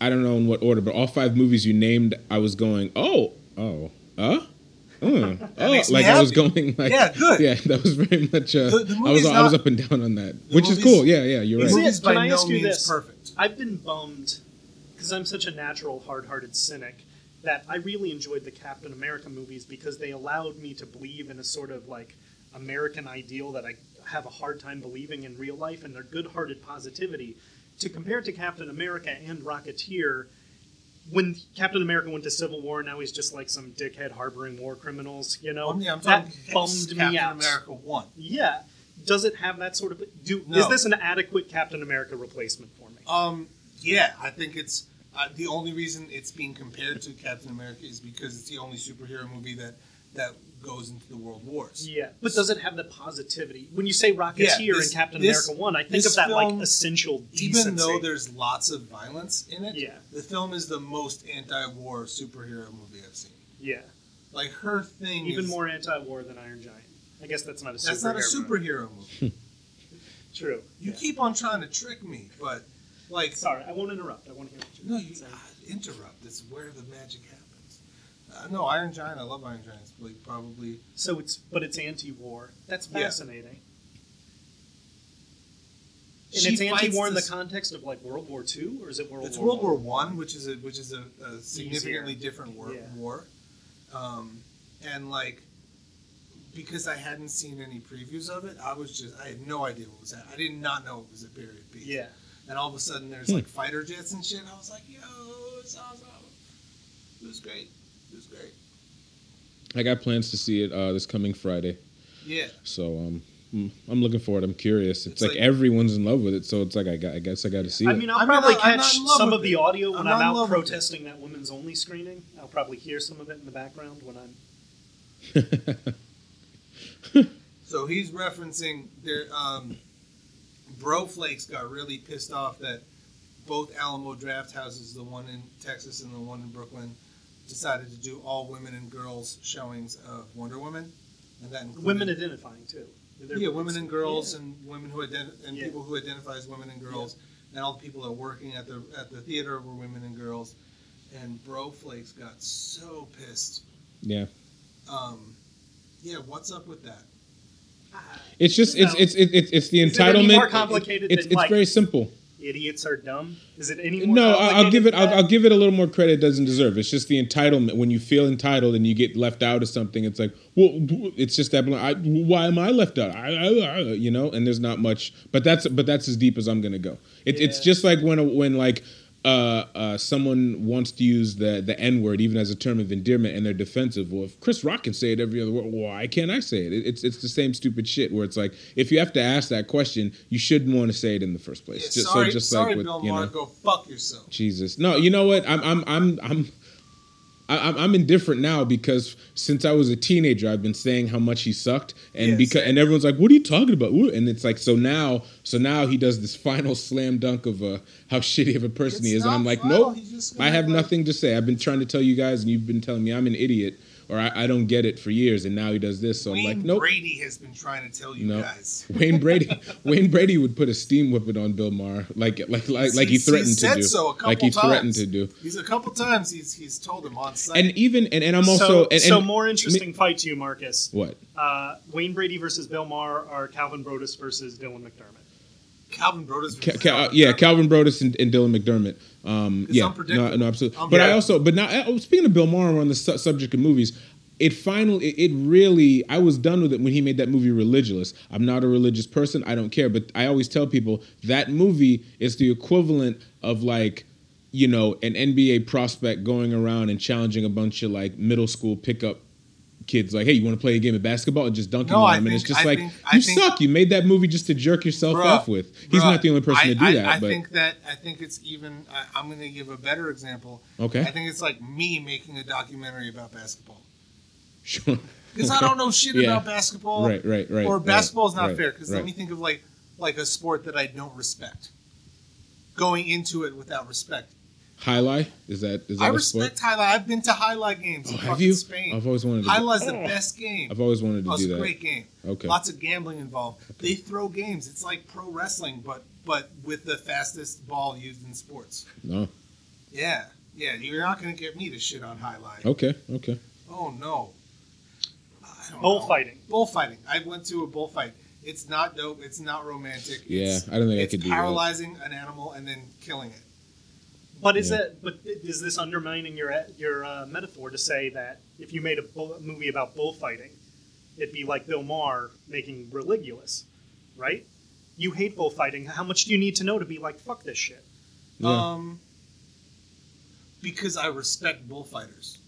C: I don't know in what order, but all five movies you named, I was going, oh, oh, huh. Mm, oh,
B: makes me
C: like I was
B: happy.
C: going, like,
B: Yeah, good.
C: Yeah, that was very much. Uh,
B: The- the
C: I was,
B: movie's
C: I was
B: not-
C: up and down on that, which is
B: movie's-
C: cool. Yeah, yeah, you're
B: The
C: right.
A: Is it-
B: movie's by
A: can I
B: no
A: ask you
B: means
A: this?
B: perfect.
A: I've been bummed because I'm such a natural, hard-hearted cynic that I really enjoyed the Captain America movies because they allowed me to believe in a sort of like American ideal that I have a hard time believing in real life, and their good-hearted positivity. To compare it to Captain America and Rocketeer, when Captain America went to Civil War, now he's just like some dickhead harboring war criminals. You know,
B: I'm, yeah, I'm
A: that
B: talking
A: bummed
B: Captain
A: me out.
B: America one.
A: Yeah. Does it have that sort of do
B: No.
A: is this an adequate Captain America replacement for me?
B: Um, yeah, I think it's uh, the only reason it's being compared to Captain America is because it's the only superhero movie that that goes into the world wars.
A: Yeah. But does it have the positivity? When you say Rocketeer
B: Yeah, this-
A: and Captain
B: this-
A: America 1, I think
B: this
A: of that
B: film,
A: like essential decency.
B: Even though there's lots of violence in it,
A: Yeah.
B: the film is the most anti-war superhero movie I've seen.
A: yeah.
B: Like her thing,
A: Even
B: is-
A: more anti-war than Iron Giant. I guess that's not a
B: That's not a
A: movie.
B: superhero movie.
A: True.
B: You
A: Yeah.
B: keep on trying to trick me, but like,
A: Sorry, I won't interrupt. I want to hear what you
B: no, you
A: saying.
B: ah, interrupt. It's where the magic happens. Uh, no, Iron Giant. I love Iron Giant. It's like probably
A: So it's but it's anti-war. That's
B: Yeah.
A: fascinating. And
B: She
A: it's
B: fights
A: anti-war in the
B: this-
A: context of like World War II, or is it World
B: it's
A: War
B: World
A: One?
B: War One, which is a which is a, a significantly different war,
A: Yeah.
B: war. Um, and like because I hadn't seen any previews of it, I was just I had no idea what was that. I did not know it was a period piece.
A: Yeah.
B: and all of a sudden there's like fighter jets and shit. And I was like, yo, it's awesome. It was great. It was great.
C: I got plans to see it uh, this coming Friday.
B: Yeah.
C: So um, mm, I'm looking forward. I'm curious. It's,
B: It's
C: like,
B: like-
C: everyone's in love with it, so it's like I, got, I guess I got to see
A: I
C: it.
A: mean, I'll
B: I'm not-
A: probably
B: I'm
A: catch
B: not in love
A: some of
B: with
A: the
B: it.
A: audio when
B: I'm
A: I'm,
B: not in
A: out
B: love with it.
A: protesting that women's only screening. I'll probably hear some of it in the background when I'm.
B: So he's referencing there. Um, Bro Flakes got really pissed off that both Alamo draft houses, the one in Texas and the one in Brooklyn, decided to do all women and girls showings of Wonder Woman, and that included
A: Women identifying too. They're-
B: Mm-hmm. yeah, women and girls and women who identi- and
A: Yeah.
B: people who identify as women and girls, and all the people that are working at the at the theater were women and girls, and Bro Flakes got so pissed.
C: yeah.
B: Um, yeah, what's up with that?
C: It's just it's
A: No.
C: it's it's it's, it's the
A: Is it
C: entitlement.
A: any more complicated
C: it's
A: than,
C: it's
A: like-
C: very simple.
A: Idiots are dumb. Is it any more?
C: No, I- I'll
A: complicated
C: give it.
A: than
C: I'll,
A: that?
C: I'll give it a little more credit it doesn't deserve. It's just the entitlement. When you feel entitled and you get left out of something, it's like, well, b- it's just that. I, why am I left out? I, I, I, you know, and there's not much. But that's but that's as deep as I'm gonna go. It, It's
A: Yeah.
C: just like when a, when like. Uh, uh, someone wants to use the the N word even as a term of endearment, and they're defensive. Well, if Chris Rock can say it every other word, why can't I say it? it? It's it's the same stupid shit. Where it's like, if you have to ask that question, you shouldn't want to say it in the first place.
B: Yeah,
C: Just-
B: sorry,
C: so just
B: sorry,
C: like with
B: Bill
C: you know,
B: Maher, go fuck yourself.
C: Jesus. No, you know what? I'm I'm I'm I'm I- I'm, I'm indifferent now because since I was a teenager, I've been saying how much he sucked, and
B: Yeah,
C: because
B: same.
C: and everyone's like, "What are you talking about?" Woo," And it's like, so now, so now he does this final slam dunk of uh, how shitty of a person he
B: It's
C: is, and
B: not
C: I'm like,
B: final.
C: nope,
B: He's just
C: I
B: gonna,
C: have
B: like-
C: nothing to say. I've been trying to tell you guys, and you've been telling me I'm an idiot or I, I don't get it for years, and now he does this, so
B: Wayne
C: I'm like, nope.
B: Brady has been trying to tell you
C: Nope.
B: guys.
C: Wayne Brady, Wayne Brady would put a steam whipping on Bill Maher, like like like, like he
B: He's- he's
C: threatened to
B: said
C: do,
B: so a couple
C: like he threatened
B: times.
C: to do.
B: He's a couple times he's he's told him on site.
C: and even and, and I'm also
A: so,
C: and, and
A: so more interesting fight to you, Marcus.
C: What?
A: Uh, Wayne Brady versus Bill Maher or Calvin Brodus versus Dylan McDermott.
B: Calvin Broder's
C: Ca- Ca- uh, yeah, Calvin Brodus and, and Dylan McDermott. Um,
B: It's
C: yeah, no,
B: unpredictable.
C: no, absolutely. But I
B: Yeah.
C: also, but now, oh, speaking of Bill Maher, we're on the su- subject of movies. It finally, it, it really, I was done with it when he made that movie Religious. I'm not a religious person. I don't care. But I always tell people that movie is the equivalent of like, you know, an NBA prospect going around and challenging a bunch of like middle school pickup kids like hey you want to play a game of basketball and just dunking
B: No,
C: on
B: I
C: them and it's
B: think-
C: just
B: I
C: like
B: think- I
C: you
B: think-
C: suck you made that movie just to jerk yourself
B: Bruh,
C: off with he's
B: bruh,
C: not the only person
B: I-
C: to do
B: I-
C: that
B: I
C: but
B: think that I think it's even. I, I'm going to give a better example.
C: Okay.
B: I think it's like me making a documentary about basketball
C: Sure.
B: because I don't know shit
C: Yeah.
B: about basketball.
C: Right, right, right,
B: Or
C: right,
B: basketball's not
C: right,
B: fair because
C: right.
B: let me think of like like a sport that I don't respect. Going into it without respect,
C: High lie? Is that is that
B: I
C: a sport?
B: respect highlight. I've been to highlight games
C: Oh,
B: in
C: have
B: fucking
C: you?
B: Spain.
C: I've always wanted to.
B: Highlight's the best game.
C: I've always wanted to
B: Oh, it's
C: do
B: a
C: that.
B: great game.
C: Okay.
B: Lots of gambling involved. They throw games. It's like pro wrestling, but but with the fastest ball used in sports.
C: No.
B: Yeah, yeah. You're not gonna get me to shit on highlight.
C: Okay. Okay.
B: Oh no. I don't
A: Bullfighting.
B: Know. Bullfighting. I went to a bullfight. It's not dope. It's not romantic.
C: Yeah,
B: It's-
C: I don't think I
B: it's
C: could do that.
B: paralyzing an animal and then killing it.
A: But is
C: Yeah.
A: that? But is this undermining your your uh, metaphor to say that if you made a bull, movie about bullfighting, it'd be like Bill Maher making Religulous, right? You hate bullfighting. How much do you need to know to be like fuck this shit?
C: Yeah.
B: Um, because I respect bullfighters.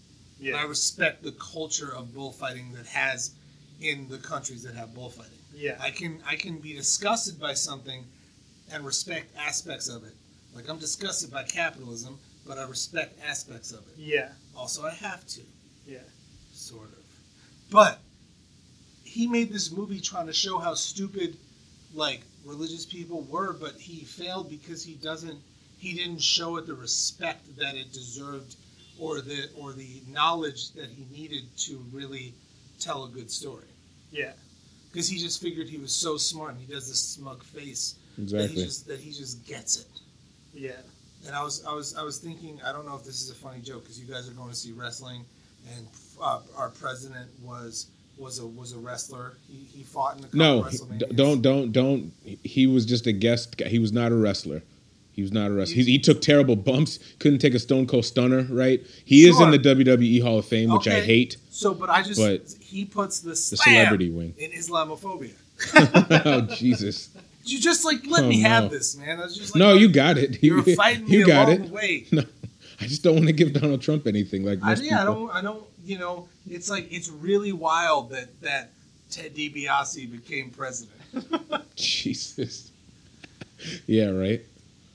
B: And I respect the culture of bullfighting that has in the countries that have bullfighting.
A: yeah.
B: I can I can be disgusted by something and respect aspects of it. Like I'm disgusted by capitalism, but I respect aspects of it.
A: yeah,
B: Also, I have to
A: yeah.
B: sort of. But he made this movie trying to show how stupid like religious people were, but he failed because he doesn't he didn't show it the respect that it deserved or the or the knowledge that he needed to really tell a good story.
A: Yeah.
B: Because he just figured he was so smart and he does this smug face that he
C: Exactly.
B: just that he just gets it.
A: Yeah.
B: And I was I was I was thinking I don't know if this is a funny joke because you guys are going to see wrestling, and uh, our president was was a was a wrestler. He, he fought in the
C: No. he- d- Don't. Don't. Don't. He was just a guest. guy. He was not a wrestler. He was not a wrestler. He, he took terrible bumps. Couldn't take a Stone Cold Stunner. Right. He is
B: Sure.
C: in the WWE Hall of Fame, which I
B: Okay.
C: hate.
B: So, but I just
C: But
B: he puts the,
C: The
B: slam
C: celebrity wing.
B: in Islamophobia.
C: oh Jesus.
B: You just like let
C: Oh,
B: me
C: no.
B: have this, man. I was just like,
C: no, you got it.
B: you're fighting me
C: you got
B: along
C: it.
B: the way.
C: No, I just don't want to give Donald Trump anything like
B: I,
C: most
B: yeah, I
C: people.
B: don't, I don't, you know, it's like it's really wild that that Ted DiBiase became president.
C: Jesus. yeah, right.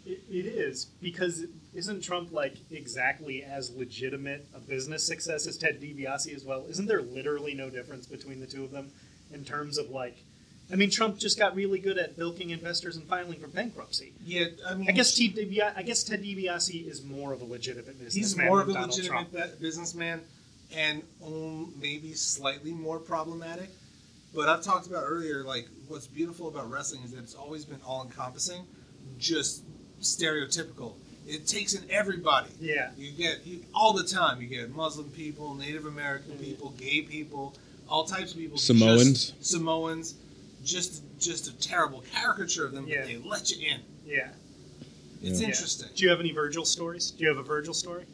A: It, it is because isn't Trump like exactly as legitimate a business success as Ted DiBiase as well? Isn't there literally no difference between the two of them in terms of like? I mean, Trump just got really good at bilking investors and filing for bankruptcy.
B: Yeah, I mean,
A: I guess T- DiBia- I guess Ted DiBiase is more of a legitimate businessman.
B: he's more of a
A: than Donald
B: legitimate
A: Trump.
B: bu- businessman and um, maybe slightly more problematic. But I've talked about earlier, like what's beautiful about wrestling is that it's always been all encompassing, just stereotypical. It takes in everybody.
A: Yeah.
B: You get you, all the time. You get Muslim people, Native
A: Mm-hmm.
B: American people, gay people, all types of people.
C: Samoans.
B: just, Samoans, just just a terrible caricature of them.
A: Yeah.
B: But they let you in.
A: Yeah.
B: It's
C: Yeah.
B: interesting.
A: Do you have any Virgil stories? Do you have a Virgil story?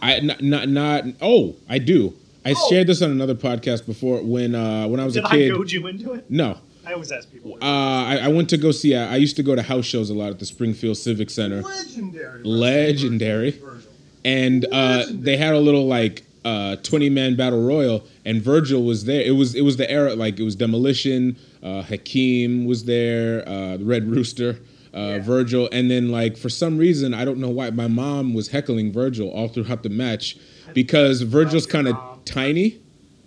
C: I not not, not oh I do. I
B: Oh.
C: shared this on another podcast before when uh, when I was
A: Did
C: a
A: I
C: kid.
A: goad you into it?
C: no,
A: I always ask people.
C: uh, I, I went to go see. uh, I, I used to go to house shows a lot at the Springfield Civic Center.
B: Legendary.
C: Legendary.
B: Virgil.
C: and uh,
B: Legendary.
C: they had a little like uh, twenty man battle royal, and Virgil was there. It was it was the era like it was Demolition, uh, Hakeem was there, uh, the Red Rooster, uh, Virgil, and then like for some reason I don't know why my mom was heckling Virgil all throughout the match because Virgil's
B: your
C: kind of
B: mom.
C: tiny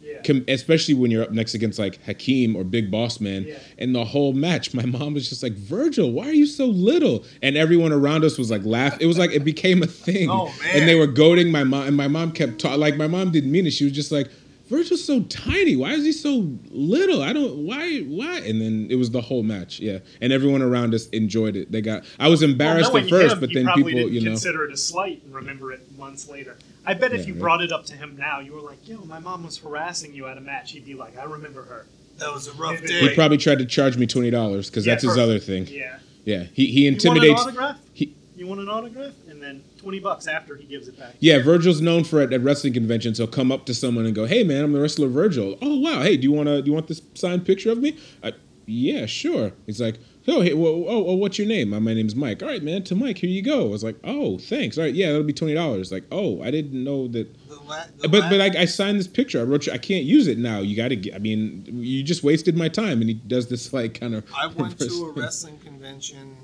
A: Yeah.
C: com- especially when you're up next against like Hakeem or Big Boss Man.
A: Yeah.
C: And the whole match, my mom was just like, "Virgil, why are you so little?" And everyone around us was like, laugh. It was like it became a thing.
B: Oh, man.
C: And they were goading my mom, and my mom kept talking. Like my mom didn't mean it. She was just like. Virgil's so tiny. Why is he so little? I don't. Why? Why? And then it was the whole match. Yeah, and everyone around us enjoyed it. They got. I was embarrassed
A: Well,
C: at
A: knowing
C: first,
A: him,
C: but
A: he
C: then
A: probably
C: people,
A: didn't
C: you know,
A: consider it a slight and remember it months later. I bet if
C: Yeah,
A: you
C: right.
A: brought it up to him now, you were like, "Yo, my mom was harassing you at a match." He'd be like, "I remember her."
B: That was a rough
A: He
B: day.
C: he probably tried to charge me twenty dollars because
A: Yeah,
C: that's his
A: perfect.
C: other thing. Yeah,
A: Yeah. You
C: he he
A: want an
C: intimidates.
A: autograph?
C: He,
A: You want an autograph? And then twenty bucks after he gives it back.
C: Yeah, Virgil's known for it at wrestling conventions. He'll come up to someone and go, "Hey, man, I'm the wrestler Virgil. Oh, wow. Hey, do you want to do you want this signed picture of me? I, yeah, sure. He's like, oh, hey, whoa, oh, oh, what's your name? My, my name's Mike. All right, man, to Mike, here you go. I was like, oh, thanks. All right, yeah, that'll be twenty dollars. Like, oh, I didn't know that.
B: The la- the
C: But
B: la-
C: but I, I signed this picture. I wrote you. I can't use it now. You got to. I mean, you just wasted my time. And he does this like kind of.
B: I went to a wrestling convention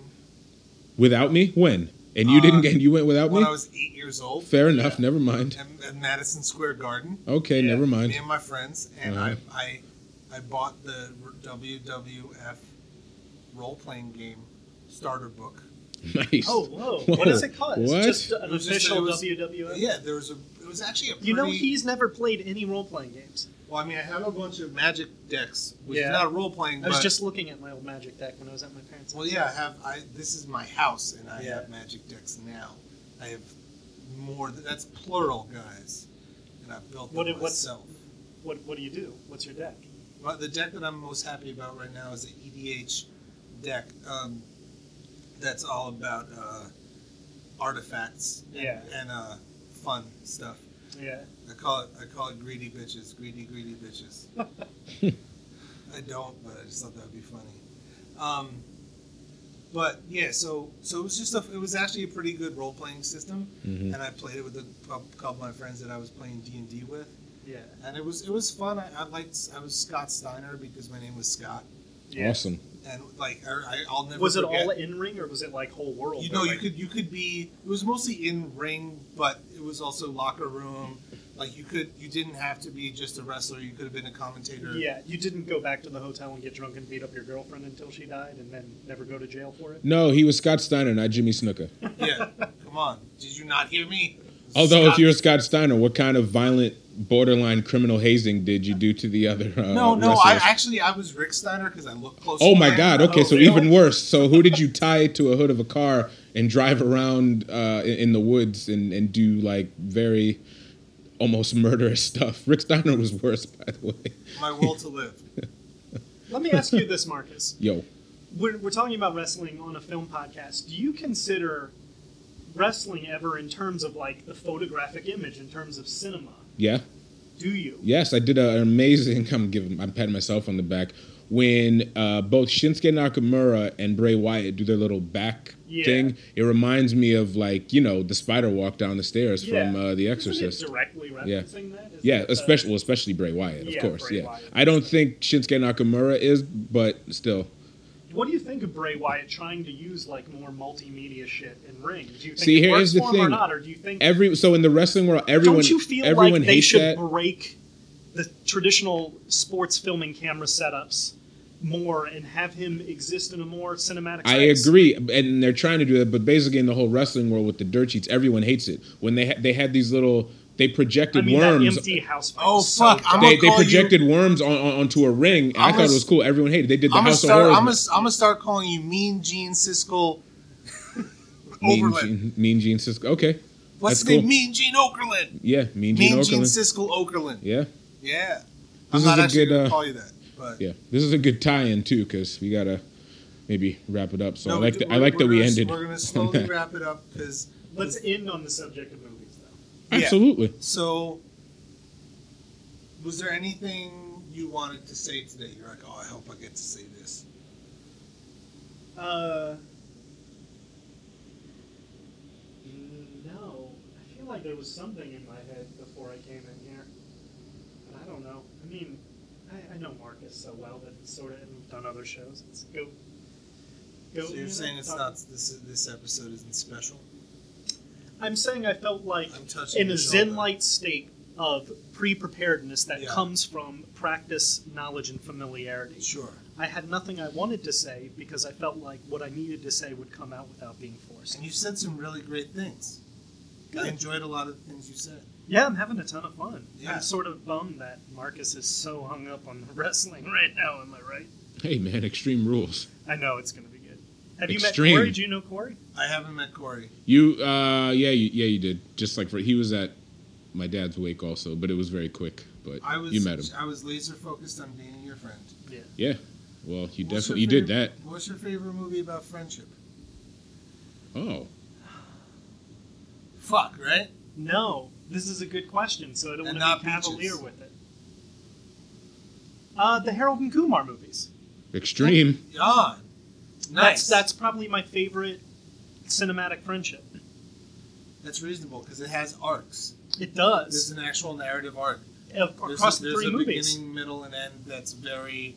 C: without me. When and you didn't.
B: Uh,
C: And you went without
B: when
C: me.
B: I was eight years old.
C: Fair enough.
B: Yeah.
C: Never mind.
B: At, at Madison Square Garden,
C: Okay,
A: Yeah.
C: never mind.
B: me and my friends, and
C: Uh-huh.
B: I, I, I bought the WWF role playing game starter book.
C: Nice.
A: Oh, whoa!
C: Whoa.
A: What is it called?
C: What?
A: It's just an
B: It was just- it
A: official
B: was-
A: WWF.
B: Yeah, there was a. It was actually a. Pretty,
A: You know he's never played any role playing games.
B: Well, I mean, I have a bunch of Magic decks, which
A: Yeah.
B: is not role playing.
A: I was
B: but,
A: just looking at my old Magic deck when I was at my parents'
B: Well,
A: house.
B: yeah, I have. I this is my house, and I
A: Yeah.
B: have magic decks now. I have more. th- That's plural, guys. And I built
A: What
B: them
A: it- what's-
B: myself.
A: What What do you do? What's your deck?
B: Well, the deck that I'm most happy about right now is the EDH deck. Um, that's all about uh, artifacts. and-
A: Yeah.
B: And, uh, fun stuff.
A: Yeah.
B: I call it. I call it greedy bitches. Greedy, greedy bitches. I don't, but I just thought that would be funny. Um, but yeah, so so it was just a. It was actually a pretty good role playing system,
C: Mhm.
B: and I played it with a cou- couple of my friends that I was playing D and D with,
A: Yeah.
B: and it was it was fun. I, I liked. I was Scott Steiner because my name was Scott,
A: Yeah.
C: Awesome.
B: and like er, I, I, I'll never.
A: Was it
B: forget-
A: all in ring or was it like whole world?
B: You know, you
A: building?
B: could you could be. It was mostly in ring, but it was also locker room. Like you could, you didn't have to be just a wrestler. You could have been a commentator.
A: Yeah, you didn't go back to the hotel and get drunk and beat up your girlfriend until she died, and then never go to jail for it.
C: No, he was Scott Steiner, not Jimmy Snuka.
B: Yeah. Come on. Did you not hear me?
C: Although,
B: Scott-
C: Oh, if you're Scott Steiner, what kind of violent, borderline criminal hazing did you do to the other? Uh,
B: no, no. I
C: wrestlers?
B: actually I was Rick Steiner because I looked close.
C: Oh
B: to
C: my
B: him.
C: God! Okay, so
A: Oh, really?
C: even worse. So who did you tie to a hood of a car and drive around uh, in, in the woods and, and do like very almost murderous stuff? Rick Steiner was worse, by the way.
B: My will to live.
A: Let me ask you this, Marcus.
C: Yo,
A: We're, we're talking about wrestling on a film podcast. Do you consider wrestling ever in terms of like the photographic image, in terms of cinema,
C: yeah,
A: Do you?
C: Yes, I did a- an amazing. I'm giving. I'm patting myself on the back when uh, both Shinsuke Nakamura and Bray Wyatt do their little back
A: Yeah.
C: thing. It reminds me of like you know the spider walk down the stairs from uh,
A: Isn't
C: The
A: it
C: Exorcist.
A: directly referencing that? Isn't
C: Yeah,
A: it uh, the-
C: especially well, especially Bray Wyatt, of
A: Yeah,
C: course.
A: Bray
C: yeah,
A: Wyatt.
C: I don't think Shinsuke Nakamura is, but still.
A: What do you think of Bray Wyatt trying to use like more multimedia shit in ring? Do you think
C: See,
A: it
C: here
A: works
C: is the
A: for him or
C: thing.
A: not, or do you think
C: Every so in the wrestling world, everyone
A: don't you feel
C: everyone
A: like they
C: hates
A: should
C: that.
A: break the traditional sports filming camera setups more and have him exist in a more cinematic?
C: I
A: space?
C: agree, and they're trying to do that. But basically, in the whole wrestling world with the dirt sheets, everyone hates it. When they ha- they had these little, they
A: I
C: projected
A: mean,
C: worms.
A: that empty house.
B: Oh,
A: was so
B: fuck, I'm
A: dumb.
B: gonna
C: They, they
B: call you-
C: projected worms on, on onto a ring. and I
B: I'm
C: thought it
B: a-
C: was cool. Everyone hated. it. They did the
B: I'm gonna
C: House of
B: start.
C: Horrors.
B: I'm gonna, I'm gonna start calling you Mean Gene Siskel.
C: mean,
B: Okerlund.
C: Gene, mean Gene Siskel. Okay,
B: What's
C: That's
B: his name?
C: cool.
B: Mean Gene Okerlund.
C: yeah, Mean Gene
B: Mean Gene
C: Okerlund.
B: Siskel Okerlund.
C: yeah,
B: Yeah.
C: This
B: I'm
C: is
B: not
C: a
B: actually
C: good,
B: gonna
C: uh,
B: call you that. But
C: yeah. This is a good tie-in too, because we gotta maybe wrap it up. So
B: No,
C: I
B: we
C: like
B: do-
C: that. I
B: we're-
C: like that
B: we're
C: we
B: gonna-
C: ended.
B: We're gonna
C: on
B: slowly
C: that.
B: wrap it up because
A: Let's end on the subject of movies, though.
B: yeah.
C: Absolutely.
B: So, was there anything you wanted to say today? You're like, oh, I hope I get to say this.
A: Uh, no, I feel like there was something in my head before I came in here, but I don't know. I mean, I, I know Marcus so well that it's sort of and we've done other shows. It's go. go
B: so
A: you
B: you're
A: know,
B: saying it's
A: talk-
B: not this this episode isn't special.
A: I'm saying I felt like
B: I'm touching
A: in a
B: your shoulder.
A: zen-like state of pre-preparedness that
B: Yeah.
A: comes from practice, knowledge, and familiarity.
B: Sure.
A: I had nothing I wanted to say because I felt like what I needed to say would come out without being forced.
B: And you said some really great things. I
A: Good.
B: enjoyed a lot of the things you said.
A: Yeah, I'm having a ton of fun.
B: Yeah.
A: I'm sort of bummed that Marcus is so hung up on the wrestling right now. Am I right?
C: Hey man, Extreme Rules.
A: I know it's going to be good. Have you
C: Extreme.
A: met Corey? Do you know Corey?
B: I haven't met Corey.
C: You, uh, yeah, you, yeah, you did. Just like for he was at my dad's wake also, but it was very quick. But
B: I was
C: you met him.
B: I was laser focused on being your friend.
A: Yeah.
C: Yeah. Well, you
B: What's your
C: definitely you did that.
B: favorite- What's your favorite movie about friendship?
C: Oh,
B: Fuck, right?
A: No, this is a good question, so I don't want
B: And not
A: to be cavalier
B: Peaches.
A: with it. Uh, the Harold and Kumar movies.
C: extreme.
B: Yeah. Nice.
A: That's that's probably my favorite cinematic friendship.
B: That's reasonable because it has arcs.
A: It
B: There's
A: does
B: an actual narrative arc.
A: Ac-
B: There's
A: across
B: a,
A: the
B: there's
A: three
B: a
A: movies.
B: beginning, middle, and end that's very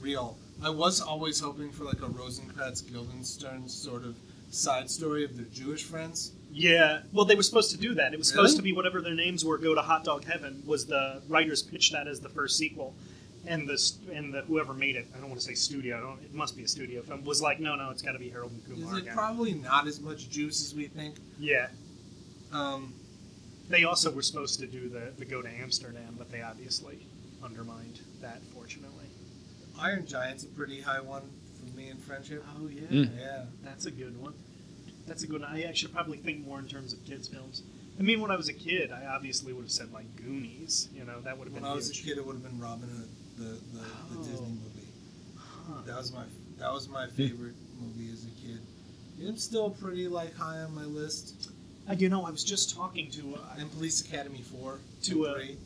B: real. I was always hoping for like a Rosencrantz Guildenstern sort of side story of their Jewish friends.
A: Yeah, well, they were supposed to do that. It was
B: Really?
A: supposed to be whatever their names were. Go to Hot Dog Heaven was the writers pitched that as the first sequel, and the st- and the whoever made it, I don't want to say studio, I don't, it must be a studio film, was like, no, no, it's got to be Harold and
B: There's
A: Kumar
B: like
A: again.
B: probably not as much juice as we think.
A: yeah,
B: Um,
A: they also were supposed to do the the Go to Amsterdam, but they obviously undermined that. Fortunately,
B: Iron Giant's a pretty high one for me in friendship.
A: oh yeah,
C: Mm.
B: Yeah.
A: that's a good one. That's a good one. I, I should probably think more in terms of kids films. I mean, when I was a kid, I obviously would have said like Goonies. You know, that would have been.
B: When I was a
A: huge.
B: kid, it would have been Robin Hood, the, the, the Disney
A: Oh.
B: movie.
A: Huh.
B: That was my that was my favorite movie as a kid. It's still pretty like high on my list.
A: Uh, You know, I was just talking to. Uh,
B: And Police Academy four,
A: To, uh,
B: three.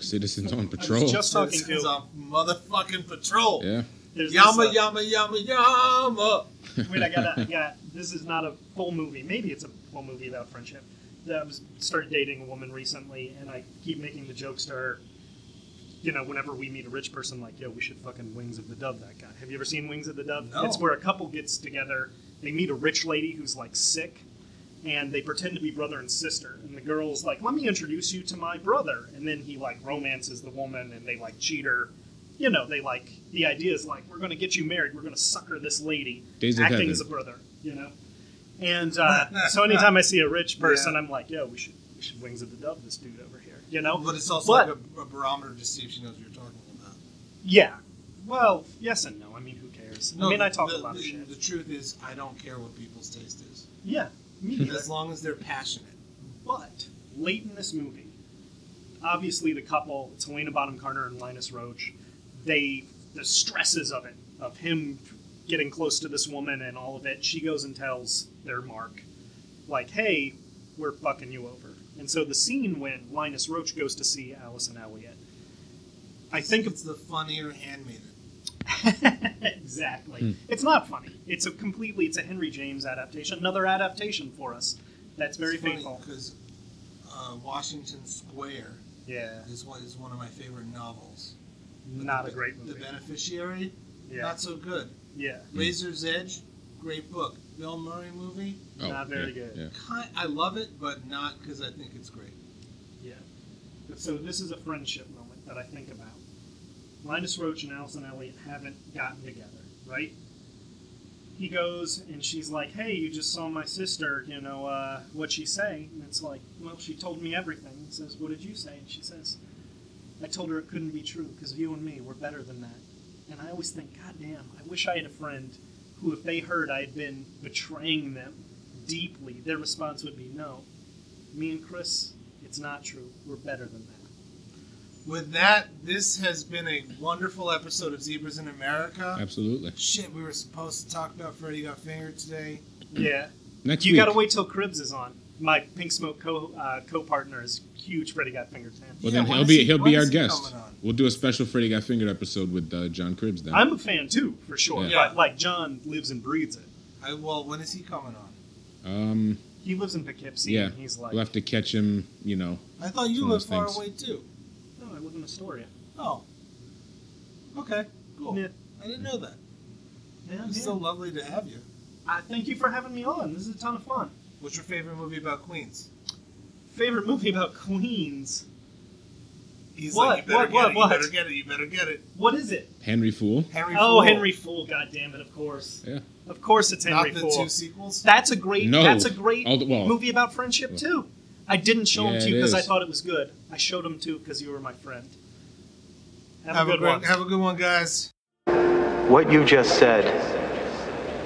C: Citizens
A: was
C: on patrol.
A: just- talking to-
B: Citizens on motherfucking patrol.
C: yeah.
A: there's
B: Yama
A: this, uh,
B: yama yama yama.
A: Wait, I gotta. Yeah, this is not a full movie. Maybe it's a full movie about friendship. That I was started dating a woman recently, and I keep making the jokes to her. You know, whenever we meet a rich person, like, yo, we should fucking Wings of the Dove that guy. Have you ever seen Wings of the Dove?
B: No.
A: It's where a couple gets together. They meet a rich lady who's like sick, and they pretend to be brother and sister. And the girl's like, let me introduce you to my brother. And then he like romances the woman, and they like cheat her. You know, they like the idea is like, we're going to get you married. We're going to sucker this lady
C: Days of
A: acting
C: Heaven.
A: as a brother, you know. And uh, so anytime I see a rich person,
B: Yeah.
A: I'm like, yo, we should we should wings of the dove this dude over here, you know.
B: But it's also
A: But-
B: like a, a barometer to see if she knows what you're talking about.
A: yeah. Well, yes and no. I mean, who cares? I mean, I talk
B: the,
A: a lot
B: the,
A: of shit.
B: The truth is, I don't care what people's taste is,
A: yeah, me neither.
B: as long as they're passionate.
A: But late in this movie, obviously the couple, it's Helena Bonham Carter and Linus Roach, they the stresses of it, of him getting close to this woman and all of it, she goes and tells their mark, like, hey, we're fucking you over. And so the scene when Linus Roach goes to see Allison Elliott, I think of
B: It's the funnier Handmaiden.
A: exactly. It's not funny. It's a completely it's a Henry James adaptation, another adaptation for us. That's very faithful.
B: because uh, Washington Square
A: Yeah,
B: is one, is one of my favorite novels. But
A: not a
B: the-
A: great
B: The
A: movie.
B: Beneficiary,
A: Yeah, Hmm.
B: not so good.
A: yeah,
B: Razor's Edge, great book. Bill Murray movie,
A: Not very
C: Oh, yeah,
A: good.
C: Yeah.
B: kind, I love it, but not because I think it's great.
A: yeah. So this is a friendship moment that I think about. Linus Roach and Allison Elliott haven't gotten together, right? He goes and she's like, "Hey, you just saw my sister. You know uh, what she say?" And it's like, "Well, she told me everything." He says, "What did you say?" And she says, "I told her it couldn't be true because you and me were better than that." And I always think, "God damn, I wish I had a friend who, if they heard I had been betraying them deeply, their response would be no. Me and Chris, it's not true. We're better than that."
B: With that, this has been a wonderful episode of Zebras in America.
C: Absolutely.
B: Shit, we were supposed to talk about Freddy Got Fingered today.
A: Yeah.
C: Next
A: you
C: week.
A: gotta wait till Cribs is on. My Pink Smoke co uh, co partner is huge Freddy Got Fingered fan.
C: Well,
B: Yeah,
C: then
B: when
C: he'll
B: is
C: be
B: he-
C: he'll
B: when
C: be our
B: is he
C: guest.
B: coming on?
C: We'll do a special Freddy Got Fingered episode with uh, John Cribs then.
A: I'm a fan too, for sure.
B: Yeah.
A: But like John lives and breathes it.
B: I, well, when is he coming on?
C: um,
A: He lives in Poughkeepsie.
C: yeah,
A: And he's like,
C: we'll have to catch him. You know,
B: I thought you
C: Some of
B: lived
C: those
B: far
C: things.
B: away too.
A: no, I live in Astoria.
B: Oh. Okay, cool.
A: Yeah.
B: I didn't know that.
A: Yeah,
B: It's so lovely to have you.
A: I thank you for having me on. This is a ton of fun.
B: What's your favorite movie about Queens?
A: Favorite movie about Queens?
B: He's
A: What?
B: like, you better
A: What?
B: get
A: What?
B: it,
A: What?
B: you better get it, you better get it.
A: What is it?
C: Henry Fool.
B: Henry
A: Oh,
B: Fool.
A: Henry Fool. God damn it! Of course.
C: Yeah.
A: Of course, it's Henry
B: Not the
A: Fool.
B: two sequels?
A: That's a great.
C: No.
A: That's a great
C: All the- well-
A: movie about friendship too. I didn't show
C: Yeah,
A: him to
C: it
A: you because I
C: is.
A: thought it was good. I showed him to because you were my friend. Have,
B: Have
A: a good
B: great-
A: one.
B: Have a good one, guys.
D: What you just said